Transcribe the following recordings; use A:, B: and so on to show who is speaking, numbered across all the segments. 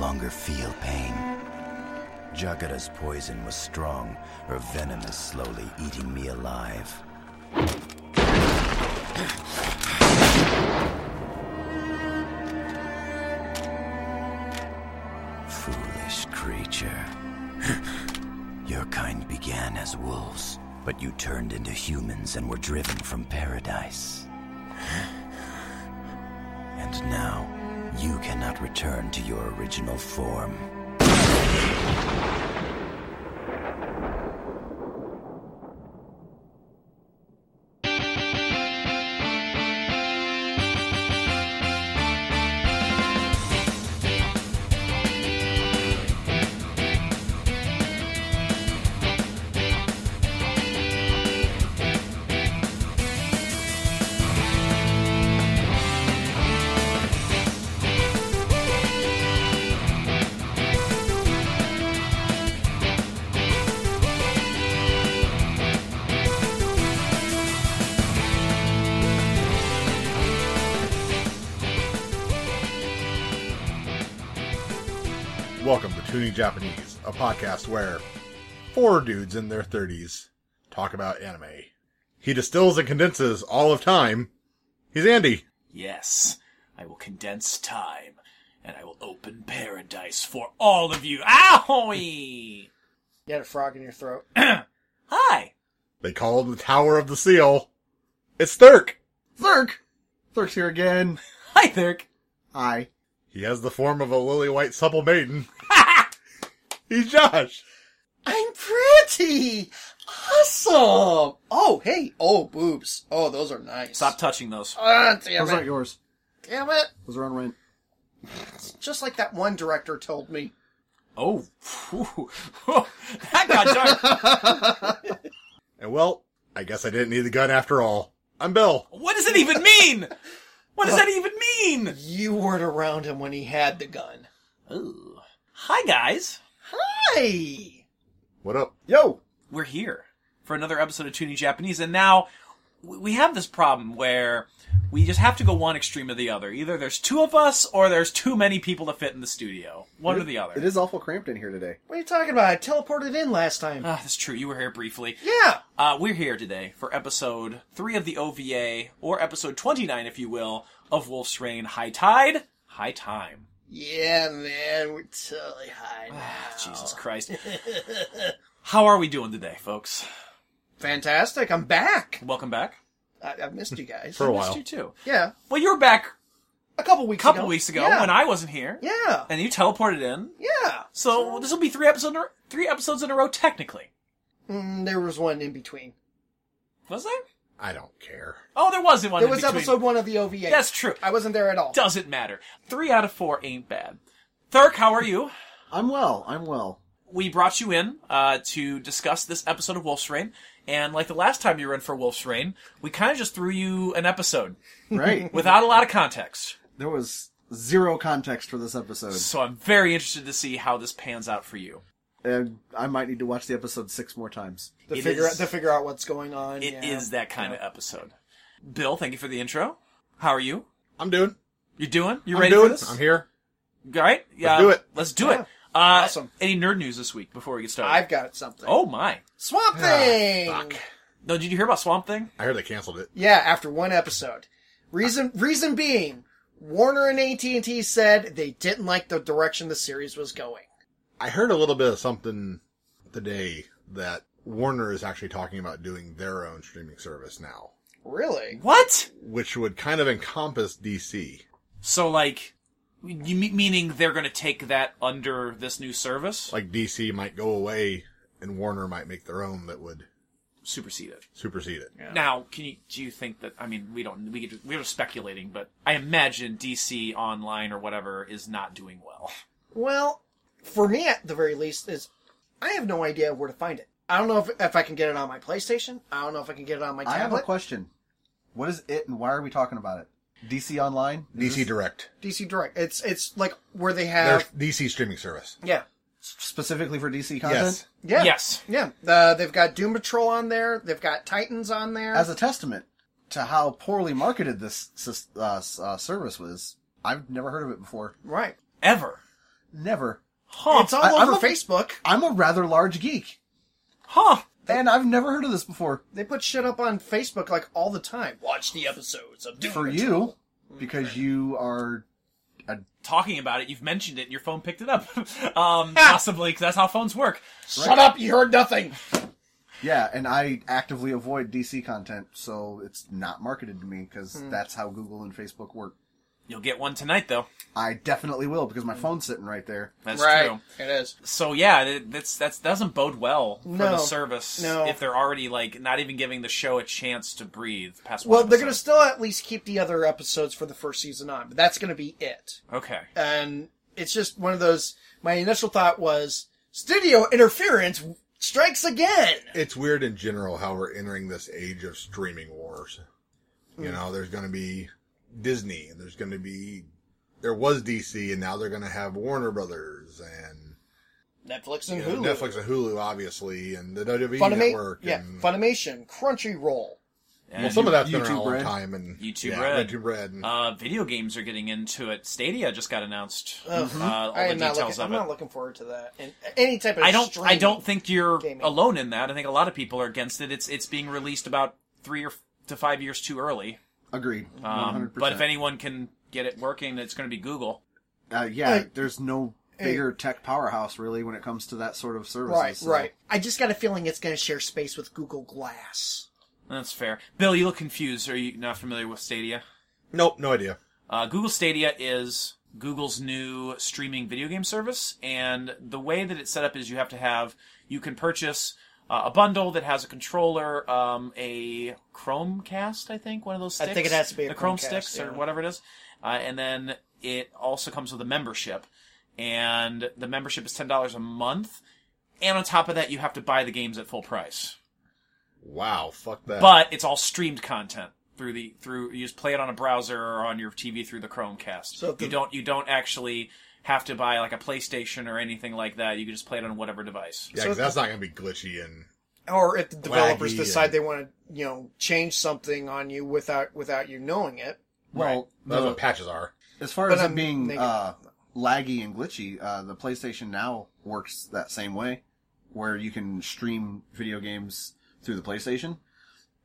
A: longer feel pain. Jagada's poison was strong, her venom is slowly eating me alive. Foolish creature. Your kind began as wolves, but you turned into humans and were driven from paradise. And now, you cannot return to your original form.
B: Welcome to Tuning Japanese, a podcast where four dudes in their 30s talk about anime. He distills and condenses all of time. He's Andy.
C: Yes, I will condense time, and I will open paradise for all of you. Ahoy!
D: You had a frog in your throat.
C: Hi!
B: They call him the Tower of the Seal. It's Thurk.
D: Thurk! Thurk's here again.
C: Hi, Thurk!
D: Hi.
B: He has the form of a lily white supple maiden. He's Josh.
D: I'm pretty! Awesome! Oh, hey. Oh, boobs. Oh, those are nice.
C: Stop touching those.
D: Ah, damn
E: Those
D: it.
E: aren't yours.
D: Damn it.
E: Those are on rent.
D: It's just like that one director told me.
C: Oh, phew. that got dark.
B: And well, I guess I didn't need the gun after all. I'm Bill.
C: What does it even mean? What does that even mean?
D: You weren't around him when he had the gun.
C: Ooh. Hi, guys.
D: Hi!
B: What up?
E: Yo!
C: We're here for another episode of Tuning Japanese, and now w- we have this problem where we just have to go one extreme or the other. Either there's two of us, or there's too many people to fit in the studio. One or the other.
E: It is awful cramped in here today.
D: What are you talking about? I teleported in last time.
C: Ah, that's true. You were here briefly.
D: yeah!
C: Uh, we're here today for episode three of the OVA, or episode 29, if you will, of Wolf's Reign High Tide, High Time.
D: Yeah, man. We're totally high now.
C: Jesus Christ. How are we doing today, folks?
D: Fantastic. I'm back.
C: Welcome back.
D: I- I've missed you guys.
B: For a
C: Missed
B: while.
C: you too.
D: yeah.
C: Well, you were back
D: A couple weeks
C: a couple
D: ago.
C: weeks ago
D: yeah.
C: when I wasn't here,
D: Yeah.
C: and you teleported in.
D: Yeah.
C: So this will be three episodes, three episodes in a row, technically.
D: Mm, there was one in between.
C: Was there?
B: I don't care.
C: Oh, there was one.
D: There
C: in
D: was
C: between.
D: episode one of the OVA.
C: That's true.
D: I wasn't there at all.
C: Doesn't matter. Three out of four ain't bad. Thurk, how are you?
E: I'm well. I'm well.
C: we brought you in uh, to discuss this episode of Wolf's Rain. And like the last time you were in for Wolf's Rain, we kind of just threw you an episode
E: Right.
C: without a lot of context.
E: there was zero context for this episode.
C: So I'm very interested to see how this pans out for you.
E: And I might need to watch the episode six more times.
D: To
C: It
D: figure
C: is-
D: out to figure out what's going on.
C: It is
D: yeah.
C: that kind of episode. Bill, thank you for the intro. How are you?
B: I'm doing.
C: You doing? You
B: I'm
C: ready
B: doing.
C: for this?
B: I'm here.
C: All right. Yeah.
B: do it.
C: Let's do
D: Yeah.
C: it. Uh,
D: Awesome.
C: Any nerd news this week before we get started?
D: I've got something.
C: Oh my!
D: Swamp Thing.
B: Fuck.
C: No, did you hear about Swamp Thing?
B: I heard they canceled it.
D: Yeah, after one episode. Reason reason being, Warner and AT and T said they didn't like the direction the series was going.
B: I heard a little bit of something today that Warner is actually talking about doing their own streaming service now,
D: Really?
C: What?
B: which would kind of encompass DC.
C: So like, you me- meaning they're going to take that under this new service?
B: Like DC might go away and Warner might make their own that would
C: supersede it.
B: supersede it.
C: Now, can you do you think that I mean we don't we could- we're speculating, but I imagine DC Online or whatever is not doing well.
D: Well, for me at the very least is, I have no idea where to find it. I don't know if, if I can get it on my PlayStation. I don't know if I can get it on my
E: I have a
D: tablet.
E: question. What is it and why are we talking about it? DC Online? Is
B: DC
E: this
B: Direct.
D: DC Direct. It's it's like where they
B: Their
D: have
B: DC streaming service.
D: yeah
E: specifically for DC content?
B: Yes.
D: yeah
C: Yes.
D: Yeah, uh, they've got Doom Patrol on there. They've got Titans on there.
E: As a testament to how poorly marketed this sys- uh, s- uh, service was, I've never heard of it before.
D: right.
C: Ever.
E: Never.
C: Huh.
D: It's all
E: Oh, I- I'm
D: over
E: a-
D: Facebook.
E: I'm a rather large geek,
C: huh.
E: and I've never heard of this before.
D: They put shit up on Facebook like all the time. Watch the episodes of Doom
E: For
D: Patrol.
E: you, because you are
C: Talking about it, you've mentioned it, and your phone picked it up. um, possibly, because that's how phones work.
D: Shut up! You heard nothing.
E: Yeah, and I actively avoid DC content, so it's not marketed to me because that's how Google and Facebook work.
C: You'll get one tonight, though.
E: I definitely will because my phone's sitting right there.
C: That's true.
D: It is.
C: So yeah, that- that's that's doesn't bode well for
D: No.
C: the service
D: No.
C: if they're already like not even giving the show a chance to breathe past.
D: Well,
C: one
D: they're gonna
C: episode.
D: still at least keep the other episodes for the first season on, but that's gonna be it.
C: okay.
D: And it's just one of those. My initial thought was studio interference strikes again.
B: It's weird in general how we're entering this age of streaming wars. You know, there's going to be Disney, and there's going to be there was DC, and now they're going to have Warner Brothers and
D: Netflix
B: you
D: and
B: know,
D: Hulu,
B: Netflix and Hulu, obviously, and the WWE
D: Funimation,
B: network.
D: yeah,
B: and,
D: Funimation, Crunchyroll.
C: And,
B: well, some of that's been
E: YouTube
B: around a long
E: Red.
B: time, and
C: YouTube
B: yeah,
C: Red.
B: YouTube Red, and
C: uh, video games are getting into it. Stadia just got announced.
D: Ugh.
C: Uh, all
D: I
C: the
D: am not
C: details
D: looking. I'm
C: of
D: not
C: it.
D: looking forward to that. And any type of
C: I don't. I
D: streaming.
C: don't think you're
D: Gaming.
C: alone in that. I think a lot of people are against it. It's it's being released about three or f- to five years too early.
E: Agreed.
C: Um,
E: 100%.
C: but if anyone can get it working, it's going to be Google.
E: Uh, yeah,
D: Uh,
E: there's no bigger tech powerhouse really when it comes to that sort of services.
D: Right,
E: so-
D: right. I just got a feeling it's going to share space with Google Glass.
C: That's fair. Bill, you look confused. Are you not familiar with Stadia?
B: nope, no idea.
C: Uh, Google Stadia is Google's new streaming video game service, and the way that it's set up is you have to have you can purchase uh, a bundle that has a controller, um, a Chromecast, I think, one of those. Sticks,
D: I think it has to be a
C: the Chrome
D: Chromecast,
C: sticks or
D: yeah.
C: whatever it is, uh, and then it also comes with a membership, and the membership is ten dollars a month, and on top of that, you have to buy the games at full price
B: Wow, fuck that.
C: but it's all streamed content through the through you just play it on a browser or on your TV through the Chromecast.
D: So if
C: you
D: the-
C: don't you don't actually have to buy like a PlayStation or anything like that. You can just play it on whatever device.
B: yeah, 'cause that's not going to be glitchy and
D: Or if the developers
B: Laggy
D: decide
B: and-
D: they want to, you know, change something on you without without you knowing it.
E: Well,
B: that's
E: the-
B: what patches are.
E: as far
D: but
E: as
D: I'm
E: it being
D: negative.
E: uh, laggy and glitchy, uh, the PlayStation Now works that same way, where you can stream video games through the PlayStation,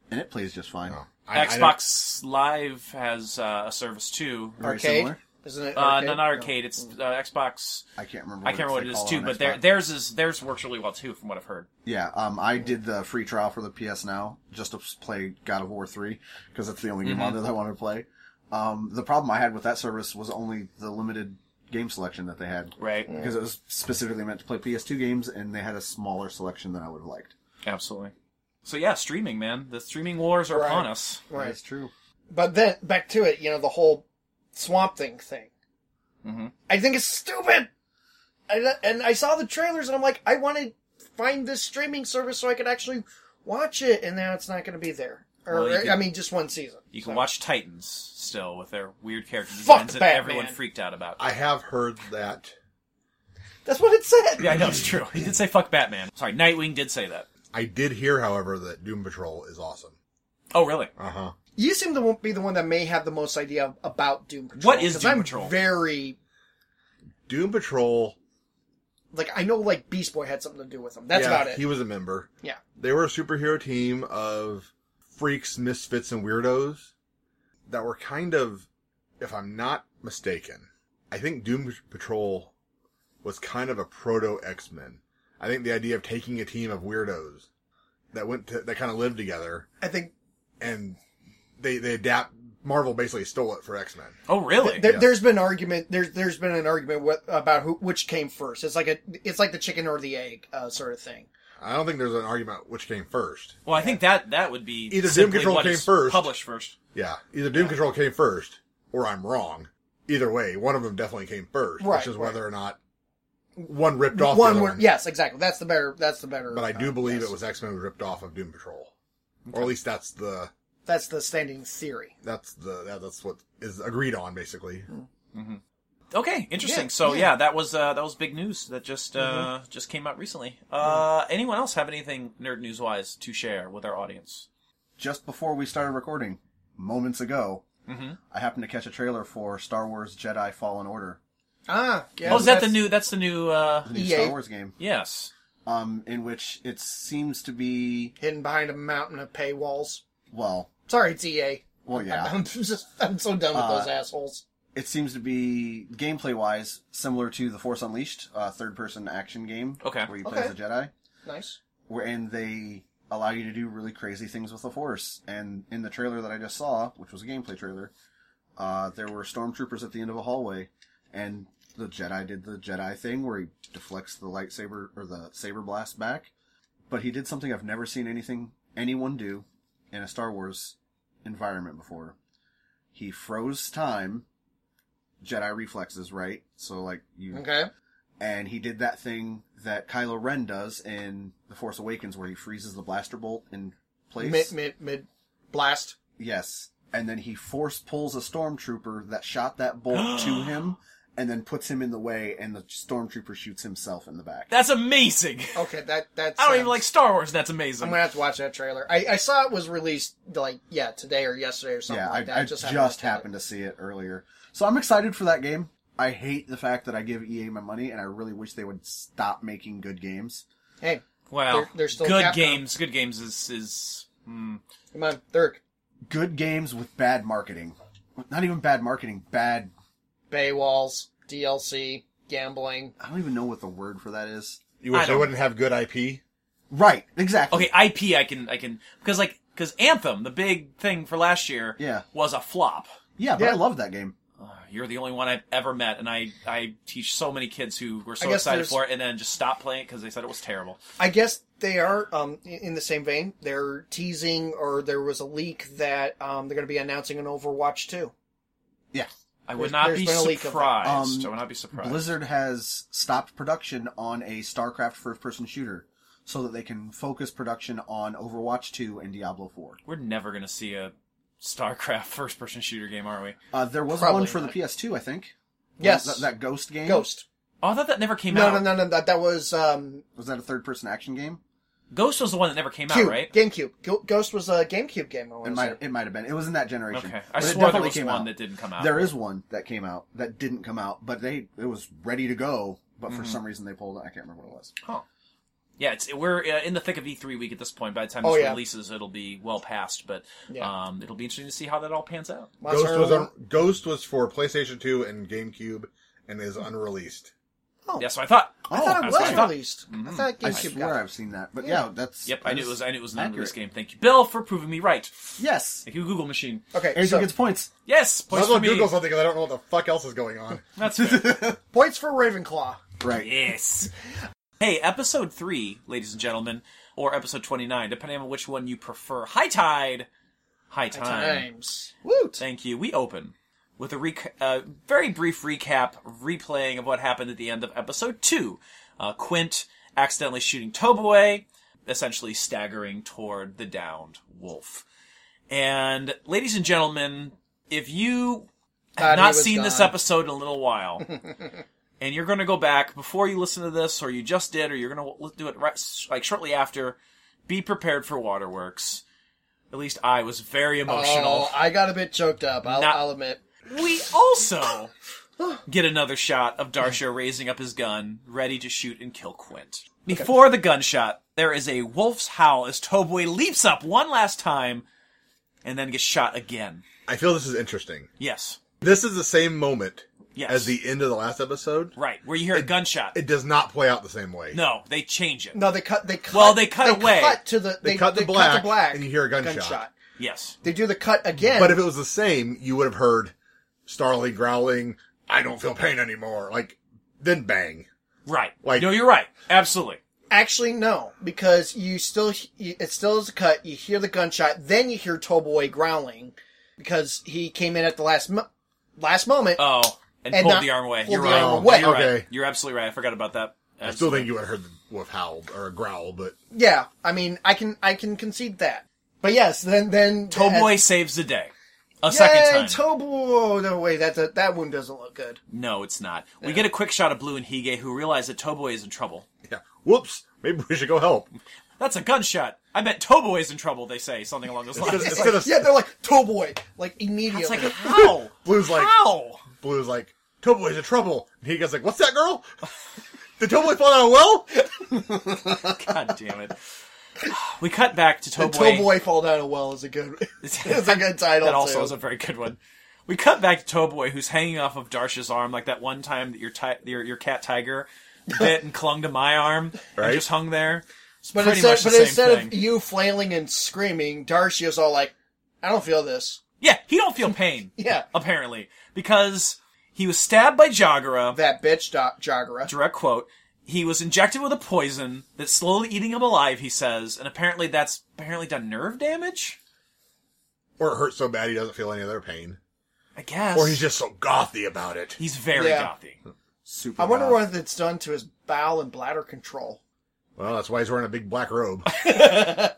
E: and it plays just fine.
B: Oh. I- I don't-
C: Xbox Live has uh, a service too.
E: Very
D: arcade,
E: similar.
D: isn't it?
C: Uh, not arcade. It's uh, Xbox.
E: I can't remember.
C: I can't remember what
E: they
C: it is
E: call
C: too,
E: on
C: but their,
E: Xbox.
C: theirs is theirs works really well too, from what I've heard.
E: Yeah, um, I did the free trial for the PS Now just to play God of War 3 because that's the only game
C: Mm-hmm.
E: on there that I wanted to play. Um, the problem I had with that service was only the limited game selection that they had.
C: Right.
E: Because it was specifically meant to play PS2 games and they had a smaller selection than I would have liked.
C: Absolutely. So yeah, streaming, man. The streaming wars are
D: Right.
C: upon us.
D: Right.
E: That's true.
D: But then back to it, you know, the whole swamp thing thing.
C: Mhm.
D: I think it's stupid. And, and I saw the trailers, and I'm like, I want to find this streaming service so I could actually watch it, and now it's not going to be there. Or
C: Well, you
D: I
C: could-
D: mean, just one season.
C: You can
D: So-
C: watch Titans still with their weird character
D: Fuck
C: designs that
D: Batman.
C: everyone freaked out about.
B: I have heard that.
D: That's what it said.
C: Yeah, I know it's true. He did say "fuck Batman." Sorry, Nightwing did say that.
B: I did hear, however, that Doom Patrol is awesome.
C: Oh, really?
B: Uh huh.
D: You seem to be the one that may have the most idea about Doom Patrol.
C: What is
D: 'cause
C: Doom
D: I'm
C: Patrol?
D: Very
B: Doom Patrol.
D: like I know like Beast Boy had something to do with him. That's
B: yeah,
D: about it.
B: He was a member.
D: yeah,
B: They were a superhero team of freaks, misfits, and weirdos that were kind of, if I'm not mistaken, I think Doom Patrol was kind of a proto X Men. I think the idea of taking a team of weirdos that went to, that kind of lived together
D: I think
B: and they, they adapt, Marvel basically stole it for X Men.
C: Oh, really?
D: there,
B: Yeah.
D: there's been argument. There's there's been an argument with, about who which came first. It's like a it's like the chicken or the egg uh, sort of thing.
B: I don't think there's an argument which came first.
C: well, I think that that would be
B: Either Doom
C: simply
B: Patrol
C: what
B: came
C: is
B: first.
C: published first.
B: Yeah, either Doom Control came first, or I'm wrong. Either way, one of them definitely came first,
D: Right,
B: which is
D: right.
B: whether or not one ripped off the
D: one,
B: other
D: where-
B: one.
D: yes, exactly. That's the better. That's the better.
B: But I do
D: uh,
B: believe
D: yes.
B: it was X Men who ripped off of Doom Patrol, or at least that's the
D: That's the standing theory.
B: that's the that, that's what is agreed on basically.
C: Okay, interesting.
D: Yeah,
C: so
D: yeah. Mm-hmm.
C: yeah. that was uh, that was big news that just uh, just came out recently. Uh, Anyone else have anything nerd news wise to share with our audience?
E: Just before we started recording,
C: Mm-hmm.
E: moments ago, I happened to catch a trailer for Star Wars Jedi Fallen Order.
D: Ah, yeah.
C: oh, is that the
D: that's-
C: new? That's the new. uh
E: the new
D: EA.
E: Star Wars game,
C: Yes.
E: um, in which it seems to be
D: hidden behind a mountain of paywalls?
E: well,
D: Sorry, it's EA.
E: well, yeah,
D: I'm just I'm so done with
E: Uh,
D: those assholes.
E: it seems to be gameplay wise similar to the Force Unleashed, uh, third person action game,
C: Okay.
E: where you play as a
D: Okay.
E: Jedi,
D: Nice.
E: where and they allow you to do really crazy things with the Force. And in the trailer that I just saw, which was a gameplay trailer, uh, there were stormtroopers at the end of a hallway, and the Jedi did the Jedi thing where he deflects the lightsaber or the saber blast back. But he did something I've never seen anything anyone do in a Star Wars environment before. He froze time. Jedi reflexes, right? So like you
D: Okay.
E: and he did that thing that Kylo Ren does in The Force Awakens, where he freezes the blaster bolt in place.
D: Mid mid mid blast.
E: Yes, and then he force pulls a stormtrooper that shot that bolt to him, and then puts him in the way, and the stormtrooper shoots himself in the back.
C: That's amazing.
D: Okay, that that's.
C: I don't even like Star Wars. and That's amazing.
D: I'm gonna have to watch that trailer. I, I saw it was released like yeah today or yesterday or something
E: yeah,
D: like that.
E: I, I
D: It
E: just,
D: happened to-
E: happened to see it earlier, so I'm excited for that game. I hate the fact that I give EA my money, and I really wish they would stop making good games.
D: Hey,
C: Wow.
D: They're- they're still
C: good
D: Capcom.
C: games. Good games is is. Hmm.
D: come on, Dirk.
E: Good games with bad marketing. Not even bad marketing, bad
D: Baywalls, DLC, gambling.
E: I don't even know what the word for that is.
B: You
C: I
B: wish they
C: don't-
B: wouldn't have good IP.
E: Right, exactly.
C: Okay, IP. I can I can because like because Anthem, the big thing for last year,
E: Yeah.
C: was a flop. Uh,
E: Yeah, but
D: Yeah.
E: I love that game.
C: You're the only one I've ever met, and I I teach so many kids who were so
D: I guess
C: excited
D: there's-
C: for it and then just stopped playing it because they said it was terrible.
D: I guess they are um in in the same vein. They're teasing or there was a leak that um they're gonna be announcing an Overwatch two.
E: Yeah.
C: I would
D: There's-
C: not
D: there's
C: be
D: been a leak of that.
C: surprised.
E: Um,
C: I would not be surprised.
E: Blizzard has stopped production on a StarCraft first person shooter so that they can focus production on Overwatch 2 and Diablo 4.
C: We're never gonna see a StarCraft first person shooter game, are we?
E: Uh, there was
D: Probably
E: one for
D: not.
E: the PS2, I think.
D: Yes,
E: That, that Ghost game?
D: Ghost.
C: Oh, I thought that never came
D: No,
C: out.
D: no, no, no. That that was um
E: Was that a third person action game?
C: Ghost was the one that never came
D: Cube,
C: out, right?
D: GameCube. Go- Ghost was a GameCube game. I
E: It
D: want
E: might
D: to say.
E: it might have been. It was in that generation.
C: Okay, I
E: But it
C: swore there
E: definitely
C: was one
E: came out.
C: that didn't come out.
E: There is one that came out that didn't come out, but they it was ready to go, but
C: Mm-hmm.
E: for some reason they pulled it. I can't remember what it was.
C: Huh. Yeah, it's we're uh, in the thick of E3 week at this point. By the time
D: Oh,
C: this
D: yeah.
C: releases, it'll be well past, but
D: Yeah.
C: um, it'll be interesting to see how that all pans out.
D: Monster
B: Ghost was
D: Hunter-
B: un- Ghost was for PlayStation 2 and GameCube and is unreleased.
C: Yeah, so I thought.
D: I thought
C: Oh,
D: it
C: that's
D: was
C: what I thought. Mm-hmm.
D: released. I thought
E: I
D: GameCube
E: swear
D: got it.
E: I've seen that. But
D: Yeah.
E: yeah, that's
C: Yep, I
E: that
C: knew it
E: is
C: was. I knew it was an
E: accurate.
C: unreleased game. Thank you, Bill, for proving me right.
E: Yes.
C: Thank you, Google machine.
D: Okay,
E: Andrew
D: so
E: gets points.
C: Yes,
B: Might
C: points
B: as well
C: for me.
B: Google something because I don't know what the fuck else is going on.
C: That's fair.
D: points for Ravenclaw.
E: Right.
C: yes. Hey, episode three, ladies and gentlemen, or episode twenty-nine, depending on which one you prefer. High tide. High time.
D: Times. Woot.
C: Thank you. We open with a rec- uh, very brief recap, replaying of what happened at the end of episode two. Uh, Quint accidentally shooting Toboe, essentially staggering toward the downed wolf. And ladies and gentlemen, if you
D: Thought
C: have
D: he
C: not
D: was
C: seen this
D: gone.
C: episode in a little while, and you're going to go back before you listen to this, or you just did, or you're going to do it right, like shortly after, be prepared for waterworks. At least I was very emotional.
D: Oh, I got a bit choked up. I'll,
C: Not-
D: I'll admit.
C: We also get another shot of Darsha raising up his gun, ready to shoot and kill Quint. Before the gunshot, there is a wolf's howl as Toboy leaps up one last time and then gets shot again.
B: I feel this is interesting.
C: Yes.
B: This is the same moment
C: Yes.
B: as the end of the last episode.
C: Right, where you hear a gunshot.
B: It does not play out the same way.
C: no, they change it.
D: No, they cut. They cut.
C: Well, they cut away.
D: Cut to the. They,
B: cut the
D: they
B: black, and you hear a gunshot.
C: Yes.
D: They do the cut again.
B: But if it was the same, you would have heard Starling growling, I don't feel pain anymore. Like, then bang.
C: Right.
B: Like-
C: no, you're right. Absolutely.
D: actually no, because you still you, it still is a cut. You hear the gunshot, then you hear Toboy growling because he came in at the last mo- last moment.
C: Oh, and,
D: And
C: pulled
D: not-
C: the arm away.
D: pulled
C: You're
D: the
C: right.
D: arm away.
C: You're right.
B: Okay.
C: You're absolutely right. I forgot about that.
B: I still think you would have heard the wolf howl or a growl, but
D: yeah, I mean, I can I can concede that. But yes, then then
C: Toboy
D: as-
C: saves the day. A second
D: Yay,
C: time.
D: Toboy! No way, that, that that wound doesn't look good.
C: No, it's not. We get a quick shot of Blue and Hige, who realize that Toboy is in trouble.
B: yeah. Whoops. Maybe we should go help.
C: That's a gunshot. I bet Toboy is in trouble. They say something along those
B: Instead of-
C: lines.
B: instead of
D: Yeah, they're like Toboy, like
C: It's
D: immediately.
C: like how?
B: Blue's like-
C: how?
B: Blue's like, Toboy's in trouble. And he goes like, what's that girl? Did Toboy fall down a well?
C: God damn it. We cut back to
D: And
C: Toboy.
D: Toboy Fall Down a Well is a good is a good title.
C: that also
D: too.
C: is a very good one. We cut back to Toboy, who's hanging off of Darsha's arm, like that one time that your ti- your, your cat tiger bit and clung to my arm
B: Right.
C: and just hung there. It's
D: but
C: pretty
D: instead,
C: much the
D: but
C: same
D: instead
C: thing.
D: of you flailing and screaming, Darcio's all like, "I don't feel this."
C: yeah, he don't feel pain.
D: Yeah.
C: apparently because he was stabbed by Jagara.
D: That bitch, Do- Jagara.
C: direct quote. He was injected with a poison that's slowly eating him alive. He says, and apparently that's apparently done nerve damage.
B: Or it hurts so bad he doesn't feel any other pain.
C: I guess.
B: Or he's just so gothy about it.
C: he's very
D: Yeah.
C: gothy.
E: Super.
D: I wonder
E: goth.
D: what it's done to his bowel and bladder control.
B: Well, that's why he's wearing a big black robe.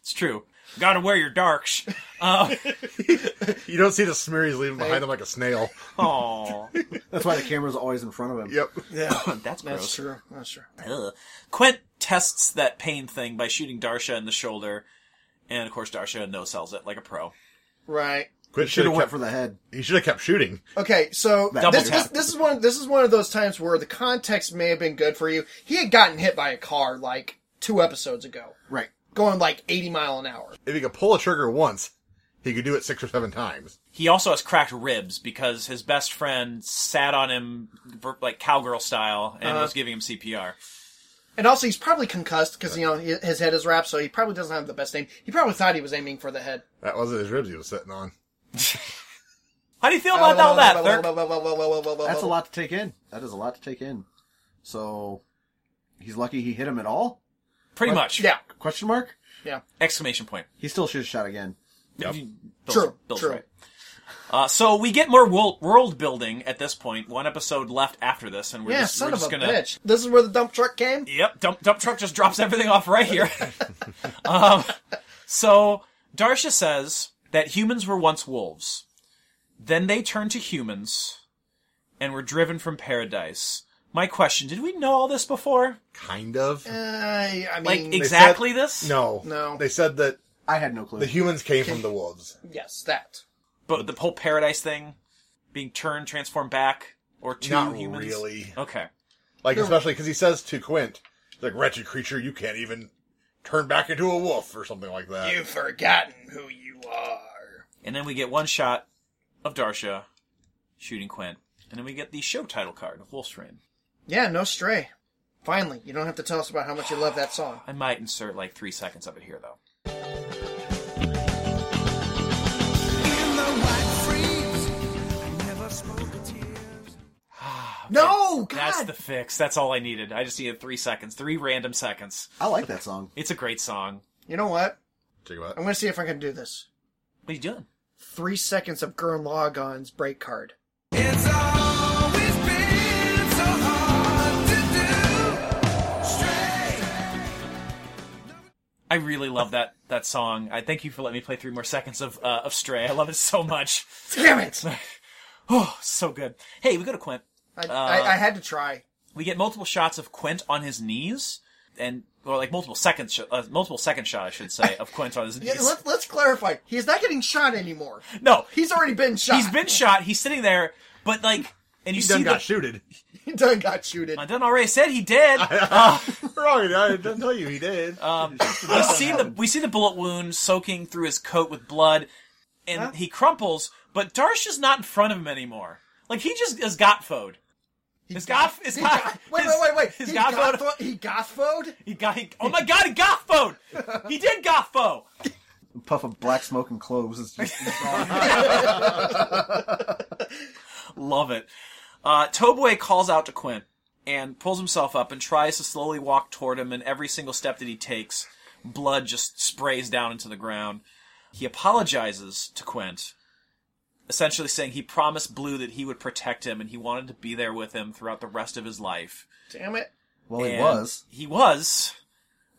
C: It's true. Gotta wear your darks.
B: you don't see the smear he's leaving behind him like a snail.
C: Aww.
E: That's why the camera's always in front of him.
B: Yep.
D: Yeah,
C: That's gross.
D: that's true. That's true.
C: Ugh. Quint tests that pain thing by shooting Darsha in the shoulder, and of course Darsha no sells it like a pro.
D: Right.
B: Quit
E: Should
B: should
E: have
B: have
E: went
B: kept.
E: for the head.
B: He should have kept shooting.
D: Okay, so
E: Double
D: this, this
E: tap.
D: this is one this is one of those times where the context may have been good for you. He had gotten hit by a car like two episodes ago,
E: Right.
D: going like eighty mile an hour.
B: If he could pull a trigger once, he could do it six or seven times.
C: He also has cracked ribs because his best friend sat on him ver- like cowgirl style
D: Uh-huh.
C: and was giving him CPR.
D: And also, he's probably concussed because you know hi- his head is wrapped, so he probably doesn't have the best aim. He probably thought he was aiming for the head.
B: That wasn't his ribs he was sitting on.
C: How do you feel about all that? Third?
E: That's a lot to take in. That is a lot to take in. So he's lucky he hit him at all?
C: Pretty much.
D: Yeah,
E: Question mark?
D: yeah,
C: Exclamation point.
E: He still should have shot again.
C: Bill's-
D: true,
C: Bill's
D: true.
C: right. Uh, so we get more world, world building at this point. One episode left after this, and we're
D: Yeah,
C: just,
D: son
C: we're
D: of
C: just
D: a
C: gonna
D: bitch. This is where the dump truck came.
C: Yep, dump dump truck just drops everything off right here. um, so Darsha says that humans were once wolves. Then they turned to humans and were driven from paradise. My question, did we know all this before?
B: Kind of.
D: Uh, I mean,
C: Like exactly this?
B: No.
D: No.
B: They said that
E: I had no clue.
B: the humans came from the wolves.
D: yes, that.
C: But the whole paradise thing being turned, transformed back or to
B: Not
C: humans.
B: really.
C: Okay.
B: Like, especially because he says to Quint, he's like, wretched creature, you can't even turn back into a wolf or something like that.
D: You've forgotten who you are.
C: And then we get one shot of Darsha shooting Quint. And then we get the show title card of Wolfstrain.
D: Yeah, no stray. Finally, you don't have to tell us about how much you love that song.
C: I might insert like three seconds of it here though.
D: No, God.
C: That's the fix. That's all I needed. I just needed three seconds, three random seconds.
E: I like that song.
C: It's a great song.
D: You know what?
B: Tell you what.
D: I'm going to see if I can do this.
C: What are you doing?
D: Three seconds of Gurren Lagan's break card.
C: I really love that that song. I thank you for letting me play three more seconds of uh, of Stray. I love it so much.
D: Damn it!
C: Oh, so good. Hey, we go to Quint.
D: I,
C: Uh,
D: I, I had to try.
C: We get multiple shots of Quint on his knees, and or like multiple seconds, sh- uh, multiple second shot, I should say, of Quint on his
D: Yeah,
C: knees.
D: let's, let's clarify. He's not getting shot anymore.
C: no,
D: He's already been shot.
C: he's been shot. He's sitting there, but like, and
B: He
C: you see
B: done
C: the.
B: got shooted.
D: He done got shooted.
C: I done already said he did.
B: Wrong. I didn't tell you he did.
C: we see the we see the bullet wound soaking through his coat with blood, and he crumples. But Darsh is not in front of him anymore. Like he just is gotfoed. His goth, his
D: He
C: goth,
D: got, wait,
C: his-
D: wait, wait, wait.
C: His
D: he
C: gotfoed.
D: gothfo- He gothfoed?
C: He got. He, oh my god, he gotfoed. He did gotfo.
E: Puff of black smoke and cloves. It's just-
C: Love it. Uh, Toboy calls out to Quint and pulls himself up and tries to slowly walk toward him. And every single step that he takes, blood just sprays down into the ground. He apologizes to Quint, essentially saying he promised Blue that he would protect him and he wanted to be there with him throughout the rest of his life.
D: Damn it.
E: well, he
C: And
E: was.
C: He was.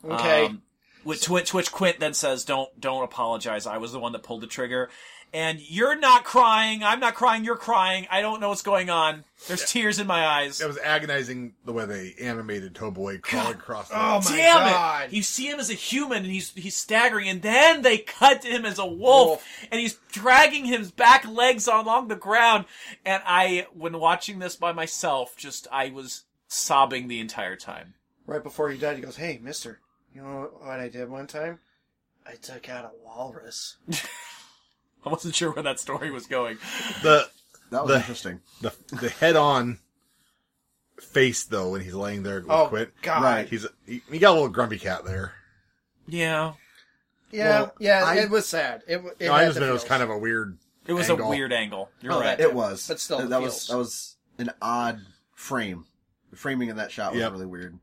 D: Okay.
C: Um, Which, to which, which Quint then says, "Don't don't apologize. I was the one that pulled the trigger." And you're not crying. I'm not crying. You're crying. I don't know what's going on. There's tears in my eyes.
D: Oh
B: It was agonizing the way they animated Toboy crawling across the
D: Oh, my
C: Damn
D: God.
C: it! You see him as a human, and he's he's staggering, and then they cut to him as a wolf,
B: Wolf.
C: and he's dragging his back legs along the ground. And I, when watching this by myself, just I was sobbing the entire time.
D: Right before he died, he goes, "Hey, Mister, you know what I did one time? I took out a walrus."
C: I wasn't sure where that story was going.
B: the
E: That was
B: The-
E: interesting.
B: the the head on face though when he's laying there with
D: Oh
B: Quint.
D: God!
E: Right.
B: He's he, he got a little grumpy cat there.
C: Yeah,
D: Yeah,
B: Well,
D: yeah.
B: I-
D: it was sad. It, w- it
B: No,
D: had
B: I just
D: the
B: meant it was
D: feels.
B: kind of a weird.
C: it was a
B: Angle.
C: weird angle. You're
D: Oh,
C: right.
D: that-
E: It was.
D: But still,
E: Th-
D: it
E: that
D: feels-
E: was that was an odd frame. The framing of that shot was
B: Yep.
E: really weird.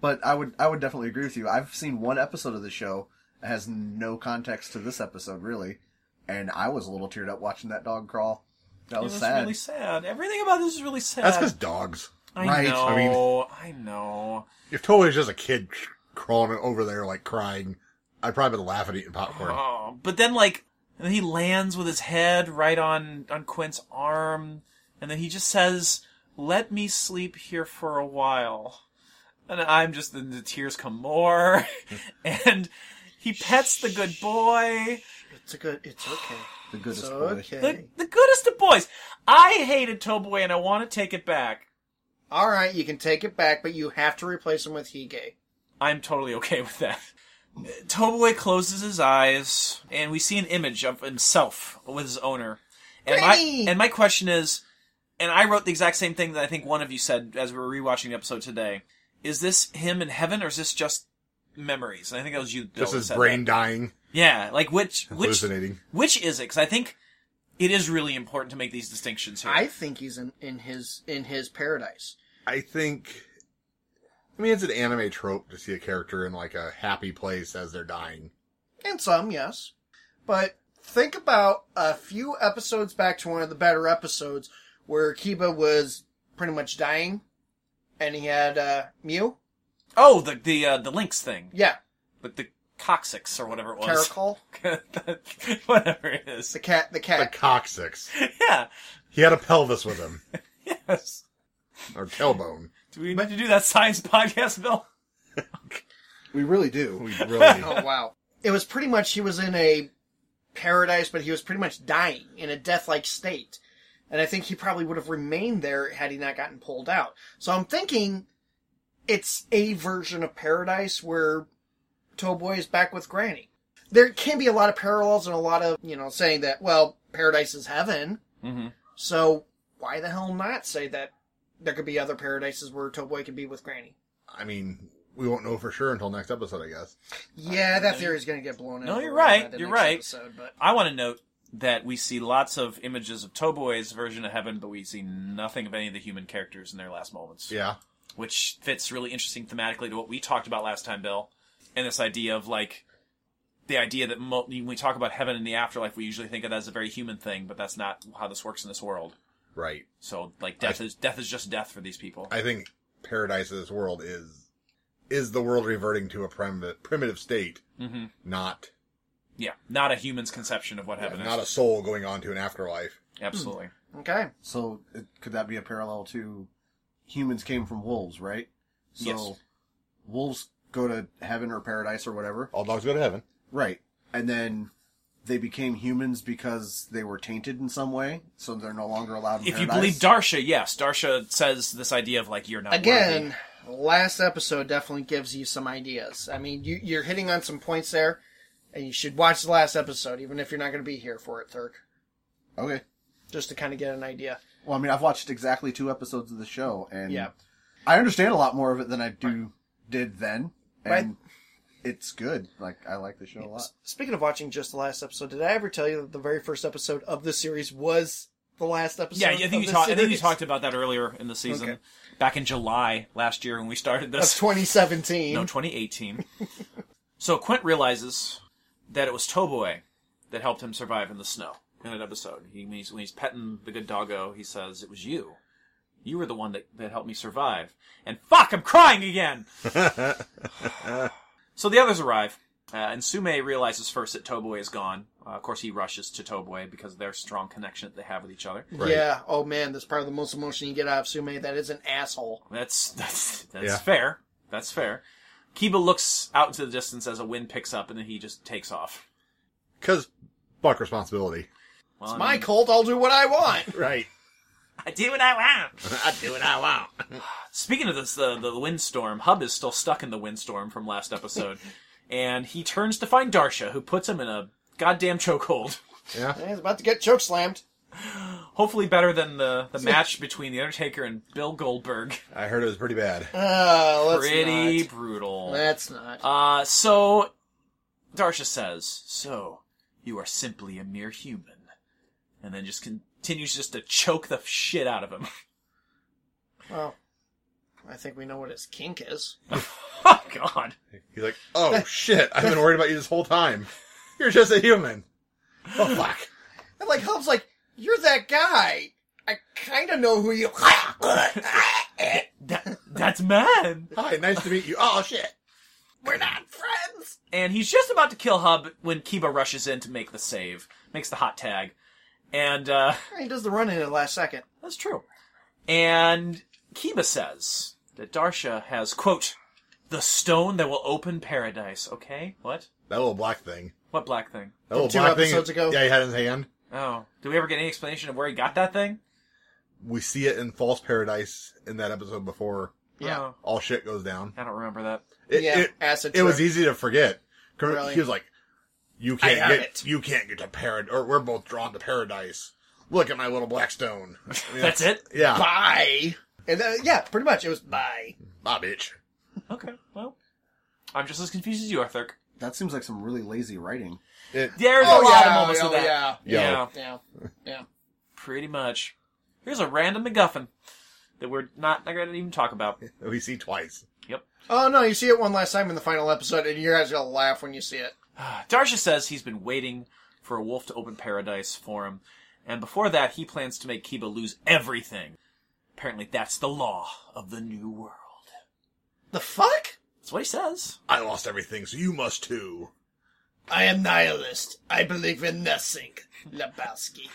E: But I would I would definitely agree with you. I've seen one episode of the show that has no context to this episode really, and I was a little teared up watching that dog crawl. That
C: It
E: was,
C: was
E: sad.
C: really sad. Everything about this is really sad.
B: That's because dogs.
C: I
E: right, I
C: know. I,
B: mean-
C: know.
B: If Toboy's just a kid crawling over there like crying, I'd probably been laughing eating popcorn.
C: Oh, but then like, and then he lands with his head right on on Quint's arm, and then he just says, "Let me sleep here for a while," and I'm just then the tears come more, and he pets the good boy.
D: It's a good. It's okay.
E: The goodest
D: It's
E: boy.
D: okay.
C: The, the goodest of boys. I hated Toboy and I want to take it back.
D: All right, you can take it back, but you have to replace him with Hige.
C: I'm totally okay with that. Toboy closes his eyes, and we see an image of himself with his owner. And my,
D: Granny!
C: and my question is, and I wrote the exact same thing that I think one of you said as we were rewatching the episode today. Is this him in heaven, or is this just memories? And I think that was you.
B: Just
C: Dylan,
B: his
C: said
B: brain
C: that.
B: dying,
C: Yeah, like which which
B: hallucinating.
C: which is it? Because I think it is really important to make these distinctions here.
D: I think he's in, in his in his paradise.
B: I think. I mean, it's an anime trope to see a character in like a happy place as they're dying.
D: And some, yes. But think about a few episodes back to one of the better episodes where Kiba was pretty much dying and he had uh Mew.
C: oh, the the uh, the links thing,
D: Yeah.
C: but the coccyx or whatever it was.
D: Caracol.
C: whatever it is.
D: The cat the
B: The
D: cat.
B: coccyx.
C: Yeah.
B: He had a pelvis with him,
C: Yes.
B: or tailbone.
C: Do we meant to do that science podcast, Bill?
E: We really do.
B: We really.
D: oh wow. It was pretty much he was in a paradise, but he was pretty much dying in a death like state. And I think he probably would have remained there had he not gotten pulled out. So I'm thinking it's a version of paradise where Toboy is back with Granny. There can be a lot of parallels and a lot of, you know, saying that, well, paradise is heaven.
C: Mhm.
D: So why the hell not say that there could be other paradises where Toboy can be with Granny?
B: I mean, we won't know for sure until next episode, I guess.
D: Yeah, that theory is going to get blown out.
C: No,
D: of
C: you're
D: the water by
C: right.
D: the
C: You're
D: next
C: right.
D: episode, but-
C: I want to note that we see lots of images of Toboy's version of heaven, but we see nothing of any of the human characters in their last moments.
B: Yeah.
C: Which fits really interesting thematically to what we talked about last time, Bill. And this idea of like, the idea that mo- when we talk about heaven and the afterlife, we usually think of that as a very human thing, but that's not how this works in this world.
B: Right.
C: So, like, death is death is just death for these people.
B: I think paradise of this world is is the world reverting to a primitive primitive state,
C: mm-hmm.
B: not
C: Yeah, not a human's conception of what heaven
B: not a
C: is.
B: soul going on to an afterlife.
C: Absolutely.
D: Okay.
E: So it, could that be a parallel to humans came from wolves, right? So
C: Yes.
E: wolves go to heaven or paradise or whatever.
B: All dogs go to heaven.
E: Right. And then they became humans because they were tainted in some way, so they're no longer allowed in
C: If you
E: paradise.
C: believe Darsha, yes, Darsha says this idea of like you're not worthy.
D: Again, last episode definitely gives you some ideas. I mean, you, you're hitting on some points there, and you should watch the last episode, even if you're not going to be here for it, Thurk,
E: Okay.
D: just to kind of get an idea.
E: Well, I mean, I've watched exactly two episodes of the show,
C: Hmm.
E: and
D: Yeah.
E: I understand a lot more of it than I do did then, and
D: Right.
E: it's good. Like I like the show a lot.
D: Speaking of watching just the last episode, did I ever tell you that the very first episode of the series was the last episode?
C: Yeah, I
D: of
C: think you
D: the
C: talked. I think you
D: series?
C: talked about that earlier in the season,
D: Okay.
C: back in July last year when we started
D: Of
C: this.
D: 2017.
C: no, 2018. so Quint realizes that it was Toboy that helped him survive in the snow in an episode. He, when, he's, when he's petting the good doggo, he says, "It was you. You were the one that, that helped me survive." And fuck, I'm crying again. so the others arrive, Uh, and Sume realizes first that Toboe is gone. Uh, of course, he rushes to Toboe because of their strong connection that they have with each other.
B: Right.
D: Yeah. Oh man, that's probably the most emotion you get out of Sume. That is an asshole.
C: That's that's that's
B: Yeah.
C: fair. That's fair. Kiba looks out into the distance as a wind picks up, and then he just takes off.
B: Because fuck responsibility.
C: Well, I
D: It's my
C: mean,
D: cult. I'll do what I want.
B: Right.
C: I do what I want.
B: I do what I want.
C: Speaking of this, the the windstorm, Hub is still stuck in the windstorm from last episode, and he turns to find Darsha, who puts him in a goddamn chokehold.
D: Yeah, He's about to get choke slammed.
C: Hopefully, better than the the match between the Undertaker and Bill Goldberg.
B: I heard it was pretty bad.
D: Uh, let's
C: Pretty
D: not.
C: brutal.
D: That's not.
C: Uh, so, Darsha says, So, you are simply a mere human. And then just continues just to choke the shit out of him.
D: well, I think we know what his kink is.
C: oh, God.
B: He's like, oh shit, I've been worried about you this whole time. You're just a human. Oh fuck.
D: And like Hub's like, you're that guy. I kind of know who you.
C: That, that's man.
B: Hi, nice to meet you. Oh shit.
D: We're not friends.
C: And he's just about to kill Hub when Kiba rushes in to make the save, makes the hot tag. And, uh,
D: He does the run in at the last second.
C: that's true. And Kiba says that Darsha has, quote, the stone that will open paradise. Okay? What?
B: That little black thing.
C: What black thing?
B: That little
D: two
B: black
D: episodes
B: thing.
D: ago.
B: Yeah, he had in his hand.
C: Oh, do we ever get any explanation of where he got that thing?
B: We see it in False Paradise in that episode before
D: Yeah.
C: Oh,
B: all shit goes down.
C: I don't remember that.
B: It,
D: yeah.
B: it,
D: acid.
B: it was
D: trip.
B: easy to forget. Cor-
D: Really?
B: He was like, "You
D: I
B: can't
D: have
B: get
D: it.
B: you can't get to paradise, or we're both drawn to paradise. Look at my little black stone." I mean,
C: That's it.
B: Yeah,
D: Bye. Oh, And, uh, yeah, pretty much. It was bye.
B: my bitch.
C: Okay, well, I'm just as confused as you are, Thurk.
E: That seems like some really lazy writing.
B: It,
C: There's
D: Oh,
C: a lot
D: yeah,
C: of moments
D: oh,
C: of that.
B: yeah.
C: Yeah,
D: Yeah. Yeah.
C: pretty much. Here's a random MacGuffin that we're not not going to even talk about.
B: we see twice.
D: Oh no, you see it one last time in the final episode, and you guys are gonna laugh when you see it.
C: Darsha says he's been waiting for a wolf to open paradise for him, and before that, he plans to make Kiba lose everything. Apparently, that's the law of the new world.
D: The fuck?
C: That's what he says.
B: I lost everything, so you must too.
D: I am nihilist. I believe in nothing. Lebowski.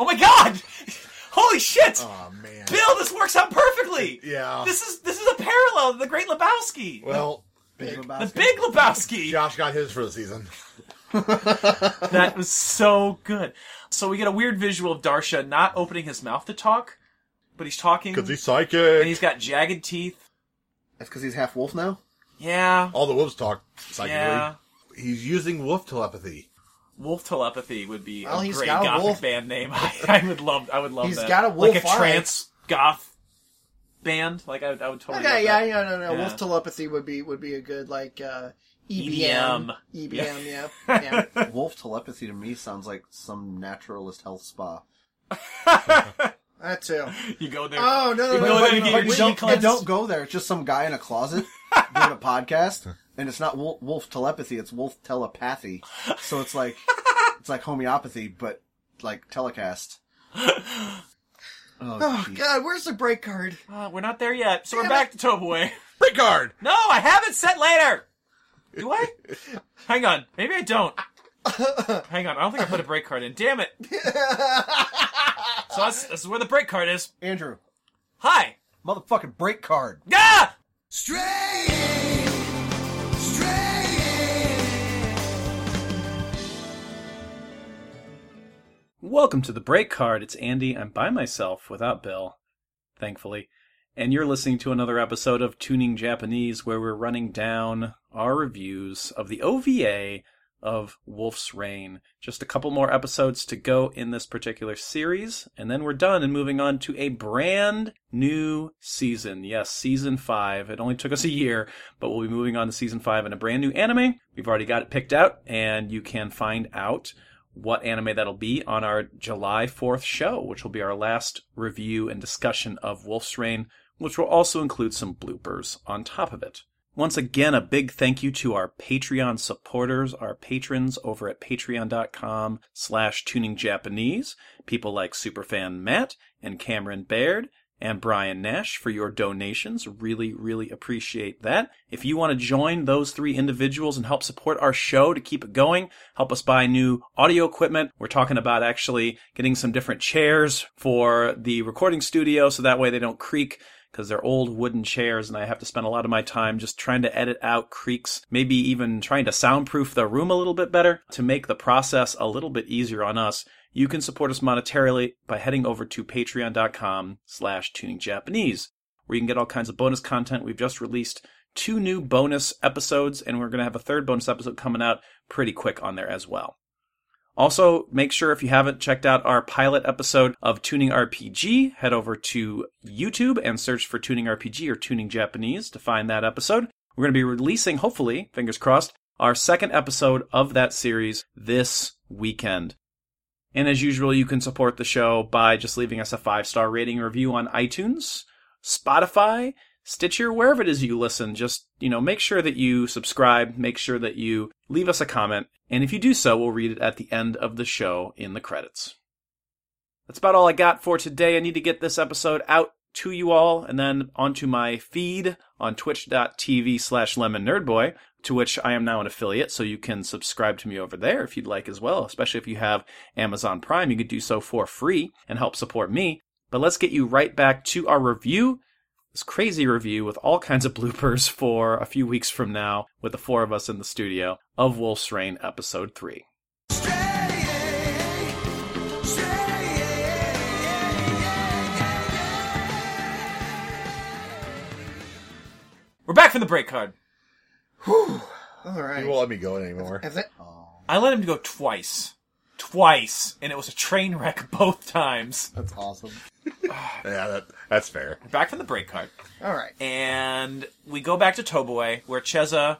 C: Oh my god! Holy shit!
B: Oh man.
C: Bill, this works out perfectly.
B: Yeah.
C: This is this is a parallel to the Great Lebowski.
B: Well,
E: Big
C: the
E: Lebowski.
C: Big Lebowski.
B: Josh got his for the season.
C: That was so good. So we get a weird visual of Darsha not opening his mouth to talk, but he's talking
B: Because
C: and
B: he's psychic.
C: he's got jagged teeth.
E: That's because he's half wolf now.
C: Yeah.
B: All the wolves talk psychically.
C: Yeah.
B: He's using wolf telepathy.
C: Wolf telepathy would be
D: Well,
C: a
D: he's
C: great
D: got a
C: gothic
D: wolf-
C: band name. I, I would love I would love
D: He's
C: that.
D: got a
C: like
D: wolf
C: a
D: eye.
C: trance goth band. Like I, would- I would totally
D: Okay, yeah,
C: love that.
D: yeah, no, no.
C: Yeah.
D: Wolf telepathy would be would be a good like uh EBM.
C: EDM.
D: EBM, yeah. E Yeah.
E: Wolf telepathy to me sounds like some naturalist health spa.
D: that too.
C: You go there.
D: Oh no, no,
C: You go
D: no, no,
C: there, you get your
D: no, no,
E: But
D: no.
E: you
C: Wait,
E: don't,
C: cleansed?
E: you don't go there. It's just some guy in a closet doing a podcast, and it's not wolf, wolf telepathy. It's wolf telepathy. So it's like it's like homeopathy, but like telecast. Oh,
D: Oh
E: jeez.
D: god, where's the break card?
C: Uh, we're not there yet, so we're
D: Damn
C: back to Toboy.
B: Break guard!
C: No, I have it set later. Do I? Hang on. Maybe I don't. Hang on. I don't think I put a break card in. Damn it. So that's, that's where the break card is.
E: Andrew,
C: Hi.
E: motherfucking break card.
C: Ah! Welcome to the break card. It's Andy. I'm by myself without Bill, thankfully. And you're listening to another episode of Tuning Japanese where we're running down our reviews of the OVA of Wolf's Reign. Just a couple more episodes to go in this particular series, and then we're done and moving on to a brand new season. Yes, season five. It only took us a year, but we'll be moving on to season five in a brand new anime. We've already got it picked out, and you can find out what anime that'll be on our July 4th show, which will be our last review and discussion of Wolf's Reign, which will also include some bloopers on top of it. Once again, a big thank you to our Patreon supporters, our patrons over at patreon.com slash tuningjapanese, people like superfan Matt and Cameron Baird
F: and Brian Nash for your donations. Really, really appreciate that. If you want to join those three individuals and help support our show to keep it going, help us buy new audio equipment. We're talking about actually getting some different chairs for the recording studio so that way they don't creak because they're old wooden chairs and I have to spend a lot of my time just trying to edit out creaks, maybe even trying to soundproof the room a little bit better to make the process a little bit easier on us. You can support us monetarily by heading over to patreon.com slash tuningjapanese, where you can get all kinds of bonus content. We've just released two new bonus episodes, and we're going to have a third bonus episode coming out pretty quick on there as well. Also, make sure if you haven't checked out our pilot episode of Tuning RPG, head over to YouTube and search for Tuning RPG or Tuning Japanese to find that episode. We're going to be releasing, hopefully, fingers crossed, our second episode of that series this weekend. And as usual, you can support the show by just leaving us a five star rating and review on iTunes, Spotify, Stitcher, wherever it is you listen, just, you know, make sure that you subscribe, make sure that you leave us a comment, and if you do so, we'll read it at the end of the show in the credits. That's about all I got for today. I need to get this episode out to you all and then onto my feed on twitch.tv slash lemon nerdboy, to which I am now an affiliate, so you can subscribe to me over there if you'd like as well, especially if you have Amazon Prime. You could do so for free and help support me. But let's get you right back to our review this crazy review with all kinds of bloopers for a few weeks from now with the four of us in the studio of Wolf's Rain episode 3.
C: We're back from the break card.
D: All right.
B: You won't let me go anymore.
D: If that-
C: I let him go twice. Twice. And it was a train wreck both times.
E: That's awesome.
B: Yeah, that, that's fair.
C: We're back from the break card.
D: all right.
C: and we go back to Toboe, where Cheza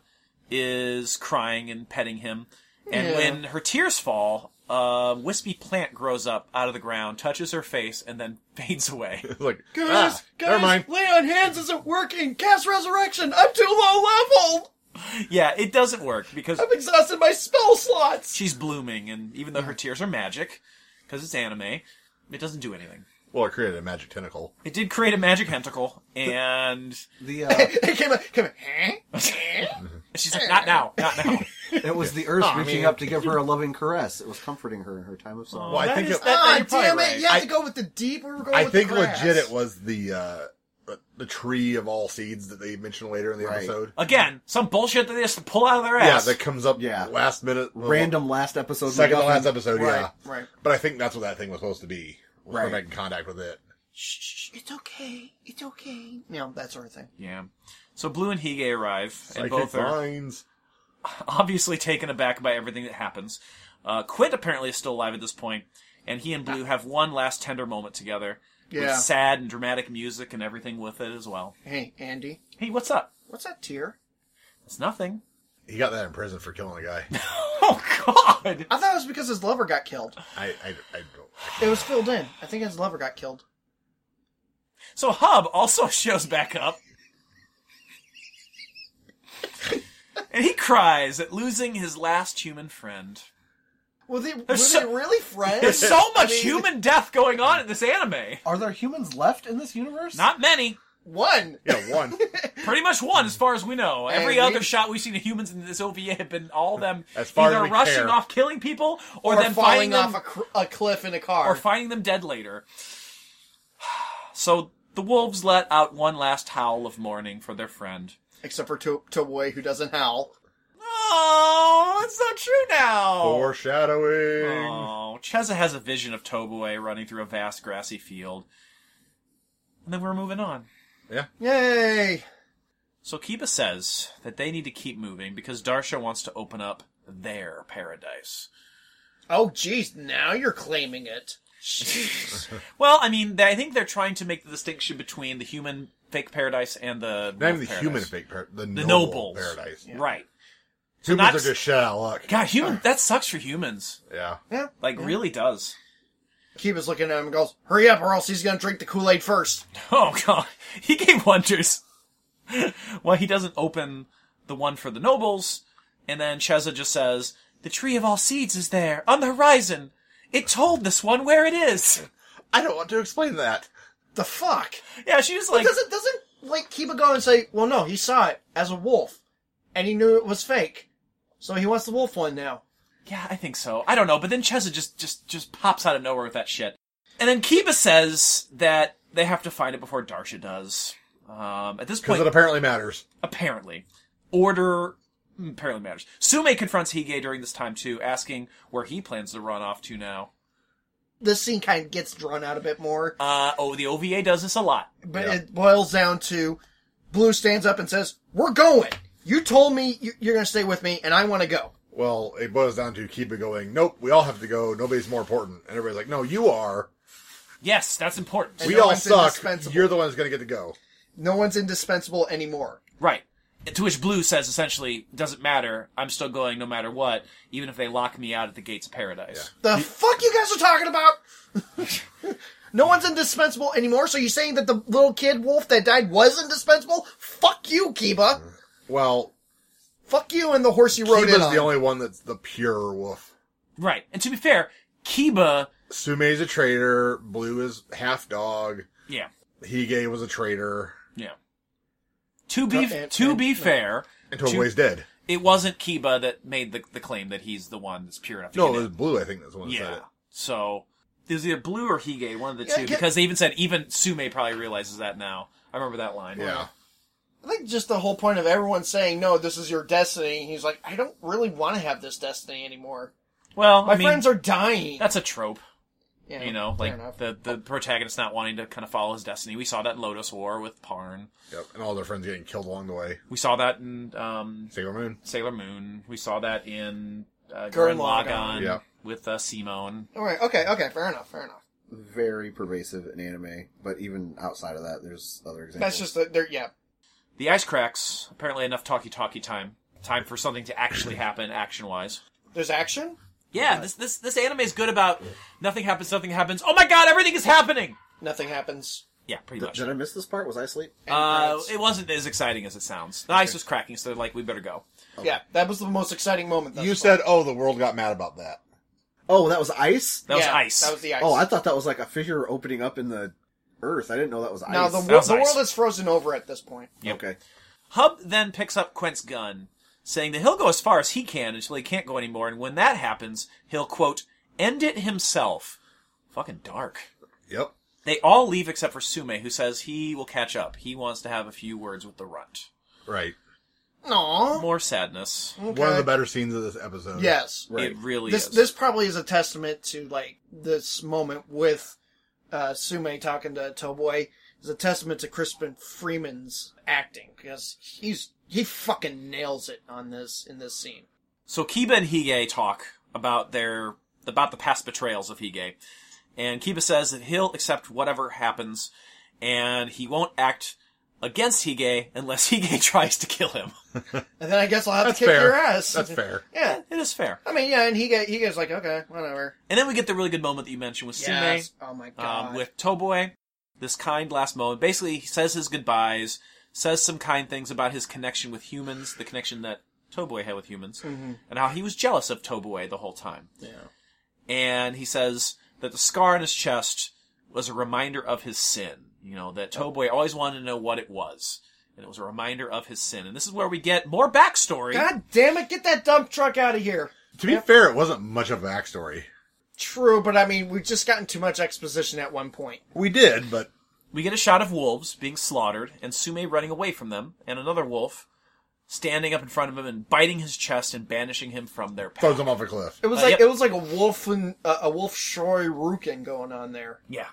C: is crying and petting him. And
D: Yeah.
C: when her tears fall, a wispy plant grows up out of the ground, touches her face, and then fades away.
B: It's like,
D: Guys,
B: ah,
D: guys,
B: never mind.
D: lay on hands isn't working. Cast resurrection. I'm too low level.
C: yeah, it doesn't work because
D: I've exhausted my spell slots.
C: she's blooming, and even though her tears are magic, because it's anime, it doesn't do anything.
B: Well, it created a magic tentacle.
C: It did create a magic tentacle, and
E: The uh,
D: It came, out- came out, "Huh?
C: she's like, "Not now, not now."
E: it was the earth
B: I
E: reaching
B: mean-
E: up to give her a loving caress. It was comforting her in her time of sorrow.
B: Well, I
C: That
B: think
C: is-
B: it-
C: that- that
D: Ah,
C: you're probably
D: damn it!
C: right.
D: You have
B: I-
D: to go with the deep, or we're going
B: I
D: with
B: think
D: the grass.
B: legit it was the uh, the tree of all seeds that they mentioned later in the
E: Right.
B: episode.
C: Again, some bullshit that they just pull out of their
B: Yeah,
C: ass.
B: that comes up
E: Yeah.
B: last minute.
E: Random last episode.
B: second to
E: MacGuffin.
B: last episode, yeah.
D: Right.
B: But I think that's what that thing was supposed to be. Was her
E: Right.
B: making contact with it.
D: Shh, it's okay. It's okay. You know that sort of thing.
C: yeah. So Blue and Hige arrive, and
B: Psychic
C: both are
B: vines.
C: obviously taken aback by everything that happens. Uh, Quint apparently is still alive at this point, and he and Blue have one last tender moment together.
D: Yeah.
C: With sad and dramatic music and everything with it as well.
D: Hey, Andy,
C: Hey, what's up?
D: what's that tear?
C: It's nothing.
B: He got that in prison for killing a guy.
C: Oh God!
D: I thought it was because his lover got killed.
B: I, I, I don't.
D: It was filled in. I think his lover got killed.
C: So Hub also shows back up, and he cries at losing his last human friend.
D: Were they, were
C: There's so-
D: they really friends?
C: There's so much
D: I mean,
C: human death going on in this anime.
E: Are there humans left in this universe?
C: Not many.
D: One.
B: Yeah, one.
C: Pretty much one, as far as we know. Every
D: And we-
C: other shot we've seen of humans in this OVA have been all them
B: As far as
C: either
B: we
C: rushing
B: care.
C: off killing people or,
D: Or
C: then finding
D: falling
C: them
D: off a, cr- a cliff in a car.
C: or finding them dead later. So the wolves let out one last howl of mourning for their friend.
D: Except for to- Toboy, who doesn't howl.
C: Oh, it's not true now.
E: Oh.
B: Foreshadowing.
C: Oh, Cheza has a vision of Toboe running through a vast grassy field. And then we're moving on.
D: Yay!
C: So Kiba says that they need to keep moving because Darsha wants to open up their paradise.
D: Oh, jeez, now you're claiming it.
C: Well, I mean, they, I think they're trying to make the distinction between the human fake paradise and the
B: Not even the
C: wolf paradise.
B: human fake par- the,
C: the
B: noble
C: nobles
B: paradise.
C: right?
B: Humans
C: not-
B: are just shit out of luck.
C: God, human that sucks for humans.
B: Yeah.
D: Yeah.
C: Like, really does.
D: Kiba's looking at him and goes, Hurry up, or else he's gonna drink the Kool Aid first.
C: Oh God, he gave wonders. Why he doesn't open the one for the nobles, and then Cheza just says, "The tree of all seeds is there on the horizon. It told this one where it is."
B: I don't want to explain that.
D: the fuck?
C: Yeah, she was like,
D: doesn't doesn't like Kiba go and say, "Well, no, he saw it as a wolf, and he knew it was fake, so he wants the wolf one now."
C: yeah, I think so. I don't know, but then Cheza just just just pops out of nowhere with that shit, and then Kiba says that they have to find it before Darsha does. Um, at this
B: because it
C: point,
B: apparently matters.
C: apparently. Order mm, apparently matters. Sume confronts Hige during this time too, asking where he plans to run off to now.
D: This scene kind of gets drawn out a bit more,
C: Uh, oh, the OVA does this a lot.
D: but it boils down to Blue stands up and says, "We're going. You told me you, you're going to stay with me, and I want to go."
B: Well, it boils down to Kiba going, nope, we all have to go. Nobody's more important. And everybody's like, no, you are.
C: Yes, that's important.
B: We
D: no
B: all
D: one's
B: suck.
D: indispensable."
B: You're the one that's going to get to go.
D: No one's indispensable anymore.
C: Right. To which Blue says essentially, doesn't matter, I'm still going no matter what, even if they lock me out at the gates of paradise.
D: The fuck you guys are talking about? no one's indispensable anymore. So you're saying that the little kid wolf that died was indispensable? Fuck you, Kiba.
B: Well,
D: Fuck you and the horse you rode
B: Kiba's
D: in
B: the
D: on.
B: only one that's the pure wolf.
C: Right. And to be fair, Kiba,
B: Sume's a traitor. Blue is half dog.
C: yeah,
B: Hige was a traitor.
C: yeah. To be,
D: And-
C: to
D: and-
C: be fair,
B: Until
C: To-
B: Way's dead.
C: it wasn't Kiba that made the, the claim that he's the one that's pure enough to
B: No,
C: get
B: it
C: in.
B: was Blue, I think, that's the one that said
C: Yeah.
B: it.
C: So it was either Blue or Hige, one of the
D: Yeah,
C: two,
D: get-
C: because they even said even Sume probably realizes that now. I remember that line.
B: Yeah.
D: I think just the whole point of everyone saying no, this is your destiny. He's like, I don't really want to have this destiny anymore.
C: Well,
D: My
C: I mean,
D: friends are dying.
C: that's a trope,
D: Yeah,
C: you know,
D: fair
C: like
D: enough.
C: the the protagonist not wanting to kind of follow his destiny. We saw that in Lotus War with Parn.
B: Yep. And all their friends getting killed along the way.
C: We saw that in um,
B: Sailor Moon.
C: Sailor Moon. We saw that in uh,
D: Gurren
C: Gurren Lagann
D: Lagann.
B: Yeah.
C: with uh, Simone.
D: All right, okay, okay, fair enough, fair enough.
E: Very pervasive in anime, but even outside of that, there's other examples.
D: That's just that they're yeah.
C: The ice cracks. Apparently, enough talkie talkie time. Time for something to actually happen, action wise.
D: There's action.
C: Yeah, this this this anime is good about nothing happens, nothing happens. Oh my god, everything is happening.
D: Nothing happens.
C: Yeah, pretty
E: Did,
C: much.
E: did I miss this part? Was I asleep?
D: End
C: Uh,
D: credits.
C: it wasn't as exciting as it sounds. The ice was cracking, so they're like, "We better go."
D: yeah, that was the most exciting moment. thus
B: You
D: far.
B: said, oh, the world got mad about that.
E: Oh, that was ice.
C: That was
D: Yeah,
C: ice.
D: That was the ice.
E: Oh, I thought that was like a fissure opening up in the earth. I didn't know that was ice.
D: Now the,
C: That
D: wor-
C: was
D: the
C: ice.
D: world is frozen over at this point.
C: Yep.
E: okay.
C: Hub then picks up Quent's gun, saying that he'll go as far as he can until he can't go anymore, and when that happens, he'll quote end it himself. Fucking dark.
B: Yep.
C: They all leave except for Sume, who says he will catch up. He wants to have a few words with the runt.
B: Right.
D: No.
C: More sadness.
B: One of the better scenes of this episode.
D: Yes.
E: Right.
C: It really
D: This
C: is.
D: this probably is a testament to like this moment with uh, Sume talking to Toboy is a testament to Crispin Freeman's acting because he's he fucking nails it on this in this scene.
C: So Kiba and Hige talk about their about the past betrayals of Hige, and Kiba says that he'll accept whatever happens, and he won't act against Hige unless Hige tries to kill him.
D: And then I guess I'll have
B: That's
D: to kick
B: fair.
D: your ass.
B: That's fair.
D: yeah.
C: It is fair.
D: I mean, yeah, and he get, he gets like, okay, whatever.
C: And then we get the really good moment that you mentioned with Sume,
D: Yes. Oh my god.
C: um, with Toboy. This kind last moment. Basically, he says his goodbyes, says some kind things about his connection with humans, the connection that Toboy had with humans,
D: Mm-hmm.
C: and how he was jealous of Toboy the whole time.
D: yeah.
C: and he says that the scar on his chest was a reminder of his sin. You know, that Toboy always wanted to know what it was. And it was a reminder of his sin. And this is where we get more backstory.
D: God damn it! Get that dump truck out of here.
B: To be fair, it wasn't much of a backstory.
D: True, but I mean, we've just gotten too much exposition at one point.
B: We did, but
C: We get a shot of wolves being slaughtered and Sume running away from them and another wolf standing up in front of him and biting his chest and banishing him from their path.
B: throws him off a cliff.
D: It was
C: Uh,
D: like
C: yep.
D: it was like a wolf and uh, a wolf Shory Rukin going on there.
C: Yeah.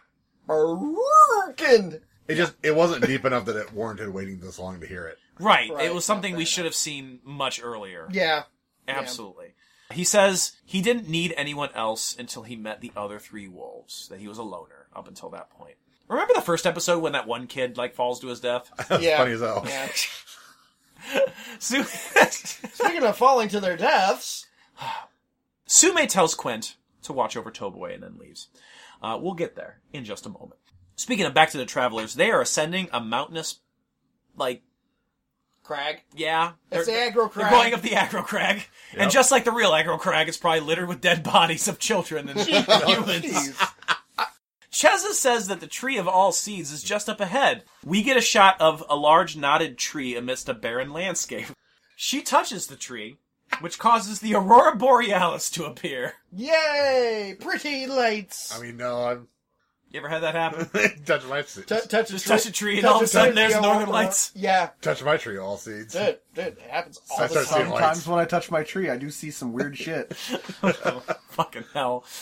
D: Rukin.
B: It just it wasn't deep enough that it warranted waiting this long to hear it.
C: Right.
D: Right,
C: It was
D: not
C: something we
D: bad.
C: should have seen much earlier.
D: Yeah.
C: Absolutely. He says he didn't need anyone else until he met the other three wolves, that he was a loner up until that point. Remember the first episode when that one kid like falls to his death?
B: That's
D: Yeah.
B: funny as hell.
D: yeah.
C: Su-
D: Speaking of falling to their deaths,
C: Sume tells Quint to watch over Toboy and then leaves. Uh, we'll get there in just a moment. Speaking of back to the travelers, they are ascending a mountainous, like
D: Crag.
C: yeah,
D: It's
C: they're-
D: the aggro
C: They're
D: crag.
C: going up the aggro crag, and just like the real aggro crag, it's probably littered with dead bodies of children and humans.
D: Jeez.
C: Cheza says that the tree of all seeds is just up ahead. We get a shot of a large knotted tree amidst a barren landscape. She touches the tree, which causes the aurora borealis to appear.
D: Yay! Pretty lights.
B: I mean, no, I'm
C: You ever had that happen?
B: touch my seeds.
D: T- touch
C: Just
D: a tree,
C: touch a tree and all of a sudden there's
D: yeah,
C: northern
D: uh,
C: lights.
D: Yeah,
B: touch my tree, all seeds.
D: dude, dude, it happens all
B: I
D: the
B: start seeing
D: time.
B: lights.
E: Sometimes when I touch my tree, I do see some weird shit.
C: Oh, Fucking hell.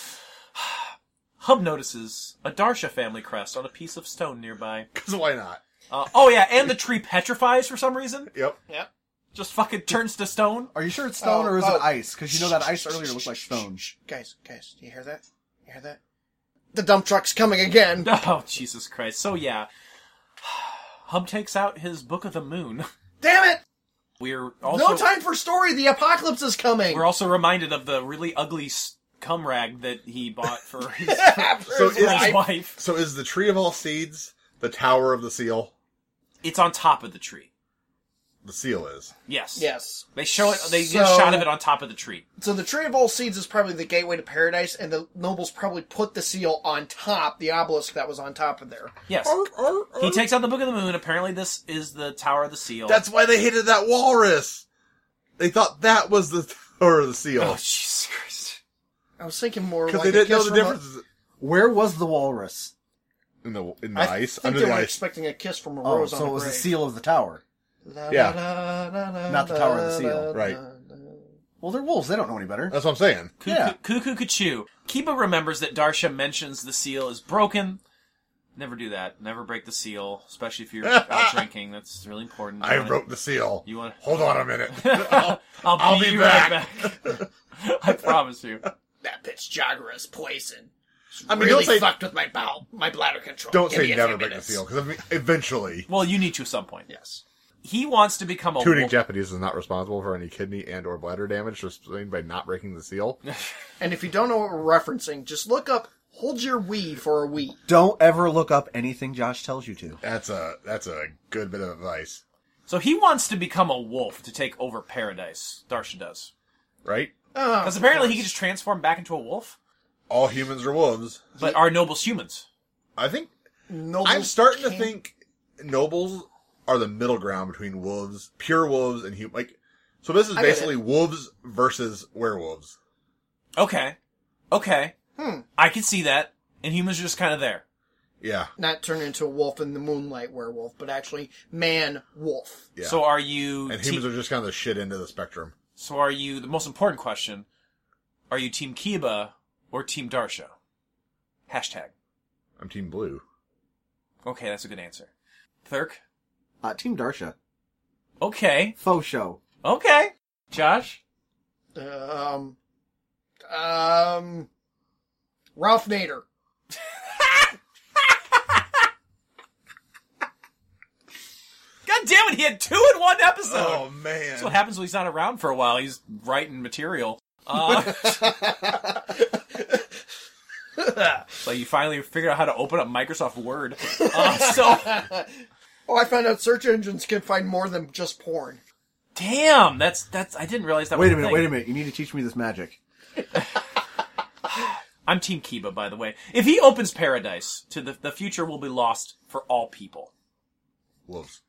C: Hub notices a Darsha family crest on a piece of stone nearby.
B: Because why not?
C: Uh, oh yeah, and the tree petrifies for some reason.
B: Yep.
D: Yeah.
C: Just fucking turns to stone.
E: Are you sure it's stone
D: Oh,
E: or is
D: oh.
E: it ice? Because you know that ice earlier looked like stone.
D: Guys, guys, do you hear that? You hear that? The dump truck's coming again.
C: Oh, Jesus Christ. So yeah. Hub takes out his Book of the Moon.
D: Damn it!
C: We're also
D: No time for story. The apocalypse is coming.
C: we're also reminded of the really ugly s- cum rag that he bought for his,
B: So
D: There's
B: is
C: his
D: light.
C: wife.
B: so is the tree of all seeds the tower of the seal?
C: It's on top of the tree.
B: The seal is.
C: Yes.
D: Yes.
C: They show it. They get
D: So-
C: a shot of it on top of the tree.
D: So the tree of all seeds is probably the gateway to paradise, and the nobles probably put the seal on top, the obelisk that was on top of there.
C: Yes.
B: Oh,
C: He takes out the Book of the Moon. Apparently, this is the Tower of the Seal.
B: That's why they hated that walrus. They thought that was the tower of the
C: oh
B: seal
C: Jesus Christ.
D: I was thinking more
B: because
D: like
B: they didn't know
D: a kiss
B: the
D: from
B: difference
E: Where was the walrus?
B: in the in the
D: A, I
B: ice
D: think
B: under
D: they
B: the
D: were
B: ice.
D: expecting a kiss from a
E: Oh,
D: rose on
E: so
D: a
E: it was the
D: grave.
E: seal of the tower.
D: La,
B: Yeah.
D: la, la, la,
E: Not the
D: la,
E: Tower of the
D: la,
E: Seal.
D: la,
B: Right.
D: la, la.
E: Well, they're wolves. They don't know any better.
B: That's what I'm saying.
C: Cuckoo,
E: Yeah.
C: cuckoo, cuckoo. Kiba remembers that Darsha mentions the seal is broken. Never do that. Never break the seal, especially if you're out drinking. That's really important.
B: I
C: You wanna-
B: broke the seal.
C: You want?
B: Hold on a minute.
C: I'll,
B: I'll
C: beat
B: be
C: you right back. I promise you.
D: That bitch Jagger is poison.
B: I mean, don't say
D: with my bowel, my bladder control.
B: don't
D: Give me
B: say
D: a few
B: never break the
D: minutes.
B: seal because I mean, eventually.
C: Well, you need to at some point.
D: Yes.
C: He wants to become a
B: Tuning
C: wolf.
B: Japanese is not responsible for any kidney and or bladder damage sustained by not breaking the seal.
D: And if you don't know what we're referencing, just look up "Hold Your Wee" for a wee.
E: Don't ever look up anything Josh tells you to.
B: That's a that's a good bit of advice,
C: so he wants to become a wolf to take over paradise. Darsha does
B: right?
D: Oh,
C: because apparently he can just transform back into a wolf.
B: All humans are wolves.
C: But are nobles humans?
B: I think
D: nobles
B: I'm starting to
D: can't-
B: think nobles are the middle ground between wolves, pure wolves, and human. Like, so this is
D: get it.
B: basically wolves versus werewolves.
C: Okay. Okay. I can see that. And humans are just kind of there.
B: Yeah,
D: not turn into a wolf in the moonlight werewolf, but actually man wolf.
B: yeah.
C: So are you
B: and
C: te-
B: humans are just kind of the shit end of the spectrum.
C: So are you the most important question, are you team Kiba or team Darsha? Hashtag.
B: I'm Team Blue.
C: Okay, that's a good answer. Thurk?
E: Uh, Team Darsha.
C: Okay.
E: Faux show.
C: Okay. Josh?
D: Um, um, Ralph Nader.
C: God damn it, he had two in one episode!
B: Oh, man,
C: That's what happens when he's not around for a while. He's writing material. Uh, so you finally figured out how to open up Microsoft Word. Uh, so,
D: Oh, I found out search engines can find more than just porn.
C: damn, that's that's. I didn't realize that.
E: Wait
C: was
E: a minute,
C: thing.
E: wait a minute. You need to teach me this magic.
C: I'm Team Kiba, by the way. If he opens Paradise, to the the future will be lost for all people.
B: wolves.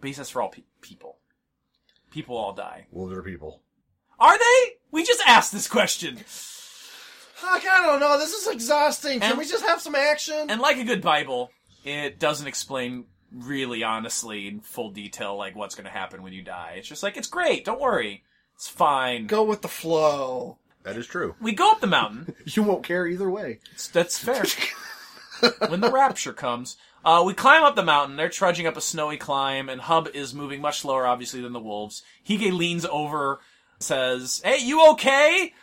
C: But he says for all pe- people. People all die.
B: Wolves are people.
C: Are they? We just asked this question.
D: Fuck, I don't know. This is exhausting. Can
C: And-
D: we just have some action?
C: And like a good Bible, it doesn't explain really honestly in full detail like what's going to happen when you die. It's just like it's great. Don't worry. It's fine.
D: Go with the flow.
B: That is true.
C: We go up the mountain.
E: You won't care either way.
C: It's- That's fair. when the rapture comes, uh, we climb up the mountain. They're trudging up a snowy climb, and Hub is moving much slower, obviously, than the wolves. Hige leans over, says, "Hey, you okay?"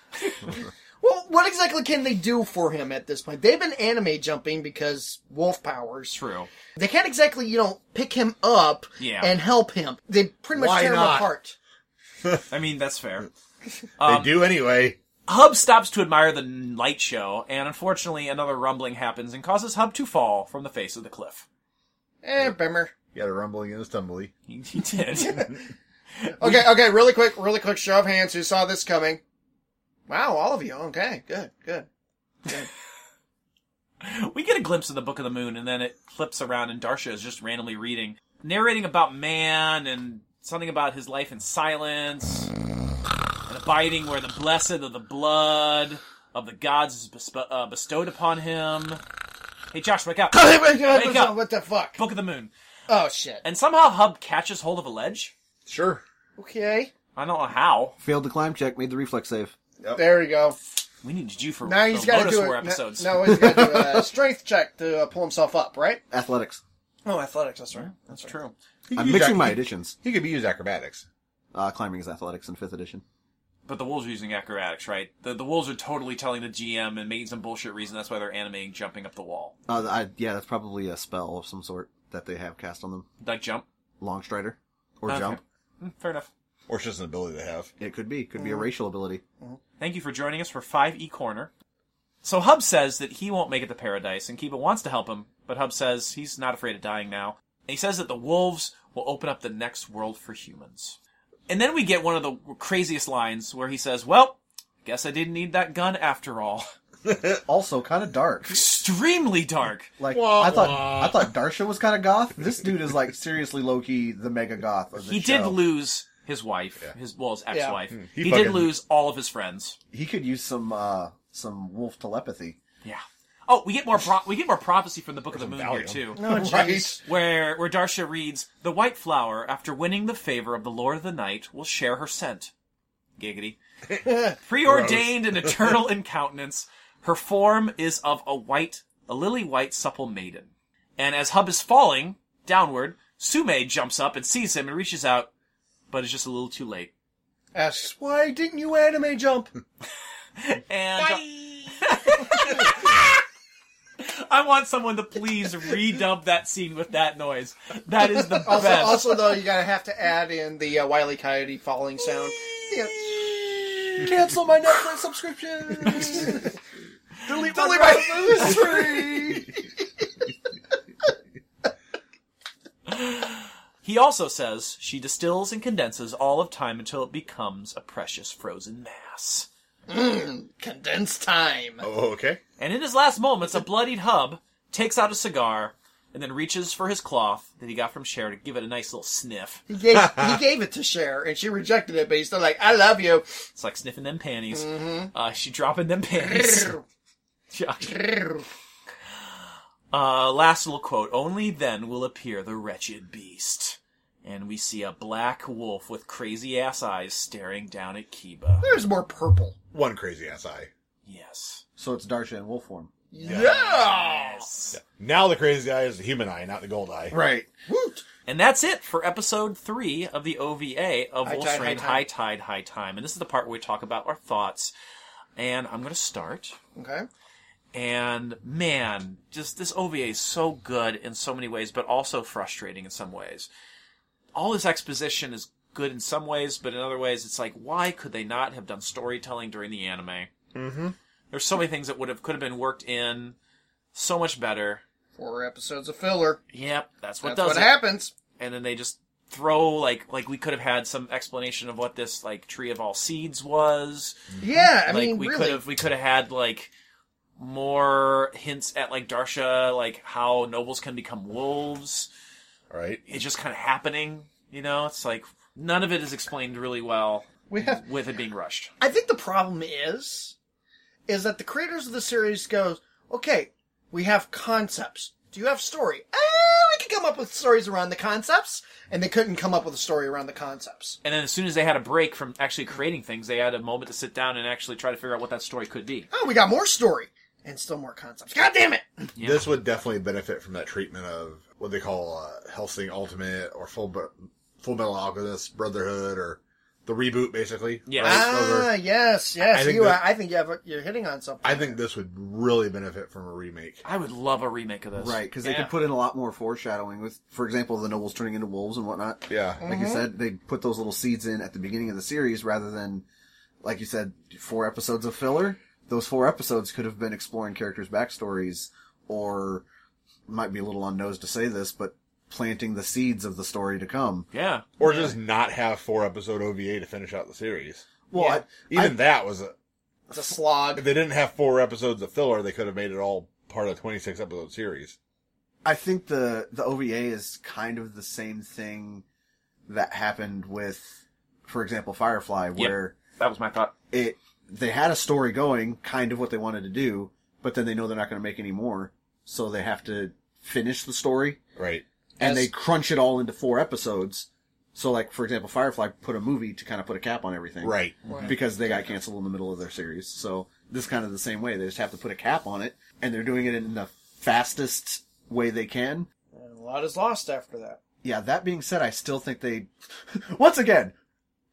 D: Well, what exactly can they do for him at this point? They've been anime jumping because wolf powers.
C: True.
D: They can't exactly, you know, pick him up
C: Yeah.
D: and help him. They pretty much
B: Why
D: tear him
B: not?
D: apart.
C: I mean, that's fair.
D: Um,
B: they do anyway.
C: Hub stops to admire the n- light show, and unfortunately, another rumbling happens and causes Hub to fall from the face of the cliff.
D: Eh, bummer.
B: He had a rumbling and a stumbly.
C: He, he did.
D: Okay, okay, really quick, really quick show of hands. Who saw this coming? Wow, all of you. Okay, good, good.
C: We get a glimpse of the Book of the Moon, and then it flips around, and Darsha is just randomly reading, narrating about man and something about his life in silence, and abiding where the blessed of the blood of the gods is besp- uh, bestowed upon him. Hey, Josh, wake up!
D: Hey, wait, uh,
C: Wake up.
D: What the fuck?
C: Book of the Moon.
D: Oh shit.
C: And somehow Hub catches hold of a ledge.
B: Sure.
D: Okay.
C: I don't know how.
E: Failed the climb check, made the reflex save.
D: There we go.
C: We needed you for
D: Now
C: the
D: he's got to
C: Lotus
D: do
C: War
D: a,
C: episodes.
D: Now, now he's got to do a strength check to uh, pull himself up, right?
E: Athletics.
D: Oh, athletics. That's right.
C: That's true.
B: He could
E: I'm
B: use
E: mixing
B: ac-
E: my
B: he-
E: additions.
B: He could be used acrobatics.
E: Uh, climbing is athletics in fifth edition.
C: But the wolves are using acrobatics, right? The the wolves are totally telling the GM and making some bullshit reason. That's why they're animating jumping up the wall,
E: Uh, I, yeah, that's probably a spell of some sort that they have cast on them.
C: like jump
E: Long strider or
C: Okay.
E: jump.
C: Hmm, Fair enough.
B: Or it's just an ability they have.
E: It could be. Could be
C: Mm.
E: a racial ability.
C: Thank you for joining us for Five E Corner. So Hub says that he won't make it to paradise, and Kiba wants to help him, but Hub says he's not afraid of dying now. And he says that the wolves will open up the next world for humans. And then we get one of the craziest lines where he says, "Well, guess I didn't need that gun after all."
E: Also, kind of dark.
C: Extremely dark.
E: Like I thought, I thought Darsha was kind of goth. This dude is like seriously low key the mega goth of the
C: he did lose his wife, his well, his ex-wife. He,
B: He
C: did
B: fucking-
C: lose all of his friends.
E: He could use some uh some wolf telepathy.
C: Yeah. Oh, we get more pro- we get more prophecy from the Book of the Moon
B: Valium.
C: here too,
D: Oh, jeez.
C: where where Darsha reads, "The White Flower, after winning the favor of the Lord of the Night, will share her scent." Giggity. Preordained and eternal in countenance, her form is of a white, a lily white supple maiden. And as Hub is falling downward, Sume jumps up and sees him and reaches out, but is just a little too late.
D: Asks why didn't you anime jump?
C: And I want someone to please redub that scene with that noise. That is the
D: Also,
C: best.
D: also though, you gotta have to add in the uh, Wiley Coyote falling sound. Yeah.
E: Cancel my Netflix subscription.
D: Delete my
C: He also says she distills and condenses all of time until it becomes a precious frozen mass.
D: condensed time.
B: Oh, okay.
C: And in his last moments, a bloodied hub takes out a cigar and then reaches for his cloth that he got from Cher to give it a nice little sniff.
D: He gave he gave it to Cher, and she rejected it, but he's still like, "I love you."
C: It's like sniffing them panties.
D: Mm-hmm.
C: Uh, she dropping them panties. Josh. Uh, last little quote. Only then will appear the wretched beast. And we see a black wolf with crazy ass eyes staring down at Kiba.
D: There's more purple.
B: One crazy ass eye.
C: Yes.
E: so it's Darsha in wolf form.
D: Yeah.
C: Yes.
B: Now the crazy eye is the human eye, not the gold eye.
E: Right.
D: Woot.
C: And that's it for episode three of the OVA of
D: High
C: Wolf's
D: Tide, High
C: Reign
D: Tide.
C: High Tide, High Time. And this is the part where we talk about our thoughts. And I'm going to start.
D: Okay.
C: and man, just this OVA is so good in so many ways, but also frustrating in some ways. All this exposition is good in some ways, but in other ways, it's like, why could they not have done storytelling during the anime? Mm-hmm. There's so many things that would have could have been worked in so much better.
D: Four episodes of filler.
C: Yep, that's what
D: That's
C: does
D: what
C: it.
D: happens.
C: And then they just throw like like we could have had some explanation of what this like tree of all seeds was
D: Yeah, I
C: like
D: mean,
C: we could
D: really.
C: have we could have had like more hints at like Darsha, like how nobles can become wolves.
B: All right.
C: It's just kind of happening, you know. It's like none of it is explained really well
D: We have
C: with it being rushed.
D: I think the problem is, is that the creators of the series goes, okay, we have concepts. Do you have story? Oh, we can come up with stories around the concepts, and they couldn't come up with a story around the concepts.
C: And then as soon as they had a break from actually creating things, they had a moment to sit down and actually try to figure out what that story could be.
D: Oh, we got more story and still more concepts. God damn it!
B: This would definitely benefit from that treatment of what they call uh, Helsing Ultimate or Full, Bu- Full Metal Alchemist Brotherhood or the reboot, basically.
C: Yeah.
D: Ah,
B: Over-
D: yes, yes.
B: I
D: I
B: think
D: you,
B: that-
D: I think you have, a, you're hitting on something.
B: I think this would really benefit from a remake.
C: I would love a remake of this.
E: Right, because they
C: Yeah.
E: could put in a lot more foreshadowing with, for example, the nobles turning into wolves and whatnot.
B: Yeah.
E: Like you said, they put those little seeds in at the beginning of the series rather than, like you said, four episodes of filler. Those four episodes could have been exploring characters' backstories or might be a little on nose to say this, but planting the seeds of the story to come.
C: Yeah.
B: Or just not have four episode OVA to finish out the series.
E: Well, I,
B: Even that was a.
D: it's a slog.
B: If they didn't have four episodes of filler, they could have made it all part of the 26 episode series.
E: I think the the OVA is kind of the same thing that happened with, for example, Firefly, where
C: That was my thought.
E: it they had a story going, kind of what they wanted to do, but then they know they're not going to make any more, so they have to finish the story
B: Right.
E: and
D: As-
E: they crunch it all into four episodes. So, like for example, Firefly put a movie to kind of put a cap on everything,
B: Right.
E: Because they got canceled in the middle of their series. So this is kind of the same way. They just have to put a cap on it, and they're doing it in the fastest way they can.
D: And a lot is lost after that.
E: Yeah, that being said, I still think they, once again,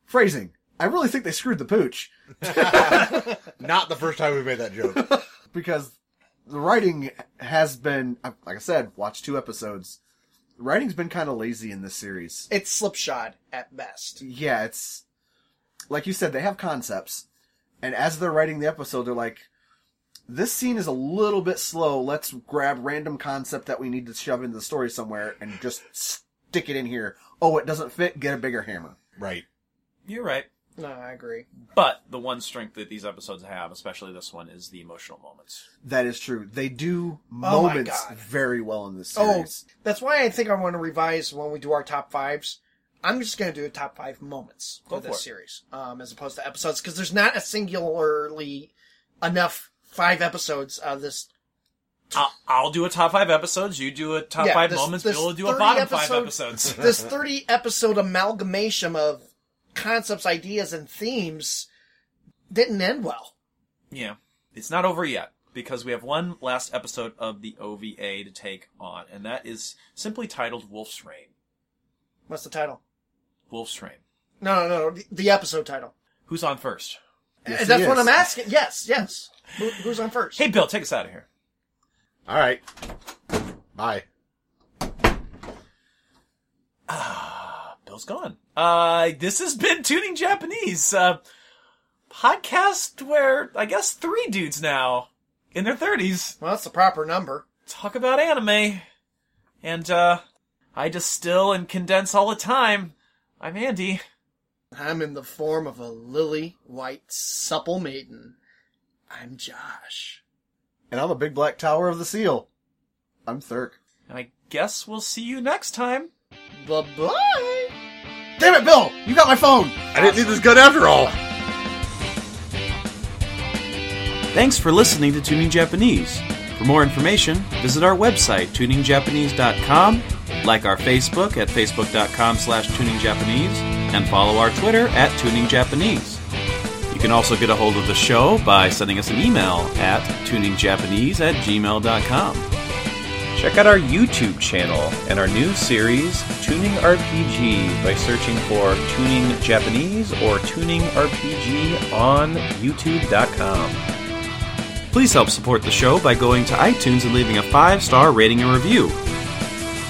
E: phrasing. I really think they screwed the pooch
B: Not the first time we've made that joke.
E: because the writing has been, like I said, watch two episodes. Writing's been kind of lazy in this series.
D: It's slipshod at best.
E: yeah, it's like you said, they have concepts, and as they're writing the episode, they're like, "This scene is a little bit slow. Let's grab random concept that we need to shove into the story somewhere and just stick it in here. Oh, it doesn't fit. Get a bigger hammer."
B: right.
C: You're right.
D: No, I agree.
C: But the one strength that these episodes have, especially this one, is the emotional moments.
E: That is true. They
D: Oh
E: do
D: my
E: moments
D: God.
E: very well in this
D: Oh,
E: series.
D: that's why I think I want to revise when we do our top fives. I'm just going to do a top five moments
C: Go
D: for
C: for
D: this
C: it.
D: series, um, as opposed to episodes, because there's not a singularly enough five episodes out of this.
C: I'll, I'll do a top five episodes. You do a top
D: Yeah,
C: five
D: this-
C: moments.
D: this
C: Bill will do a
D: 30
C: bottom five
D: episode-
C: episodes.
D: This 30 episode amalgamation of concepts, ideas, and themes didn't end well.
C: yeah, it's not over yet because we have one last episode of the OVA to take on, and that is simply titled Wolf's Rain.
D: What's the title?
C: Wolf's Rain.
D: No, no, no, the, the episode title.
C: Who's on first?
E: Yes,
D: that's
E: he
D: what
E: is.
D: I'm asking. Yes, yes. Who, who's on first?
C: Hey, Bill, take us out of here.
B: All right. Bye.
C: Bill's gone. Uh, this has been Tuning Japanese, uh, podcast where I guess three dudes now in their thirties
D: Well, that's the proper number.
C: talk about anime. And, uh, I distill and condense all the time. I'm Andy.
D: I'm in the form of a lily white supple maiden. I'm Josh.
E: And I'm a big black tower of the seal. I'm Thurk.
C: And I guess we'll see you next time.
D: Bye bye!
E: Damn it, Bill! You got my phone.
B: I didn't need this gun after all.
F: Thanks for listening to Tuning Japanese. For more information, visit our website, tuningjapanese.com, like our Facebook at facebook.com slash tuningjapanese, and follow our Twitter at tuningjapanese. You can also get a hold of the show by sending us an email at tuningjapanese at gmail.com. Check out our YouTube channel and our new series, Tuning RPG, by searching for Tuning Japanese or Tuning RPG on YouTube.com. Please help support the show by going to iTunes and leaving a five-star rating and review.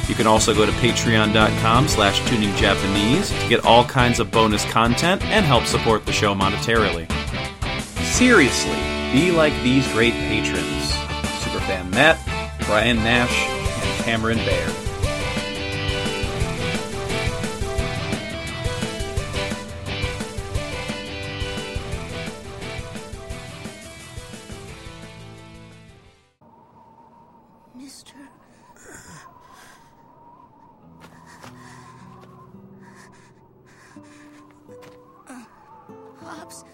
F: You can also go to patreon.com slash tuningjapanese to get all kinds of bonus content and help support the show monetarily. Seriously, be like these great patrons. Superfan Matt, Brian Nash, and Cameron Baer.
G: Mister. Hobbs.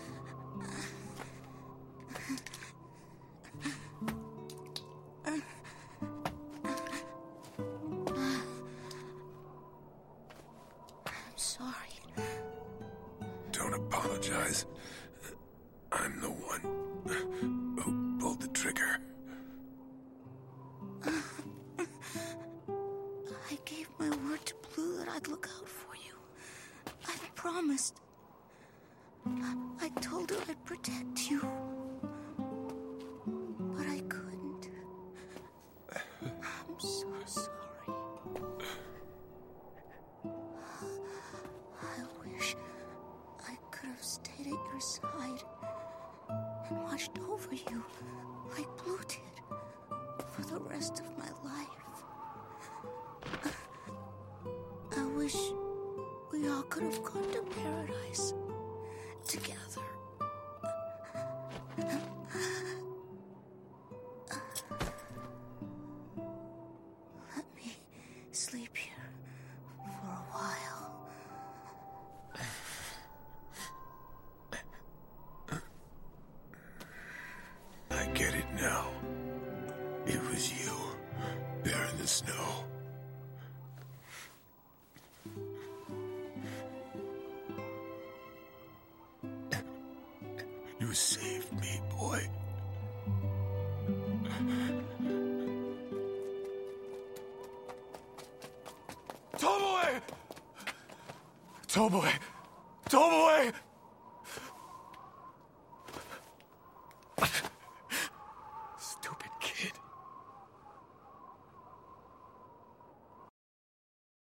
G: I'm sorry.
A: Don't apologize. I'm the one who pulled the trigger.
G: I gave my word to Blue that I'd look out for you. I promised. I told her I'd protect you. But I couldn't. I'm so sorry. I wish I could have stayed at your side and watched over you like Blue did for the rest of my life. I wish we all could have gone to paradise together.
H: snow. You saved me, boy. Toboe! Toboe! Toboe!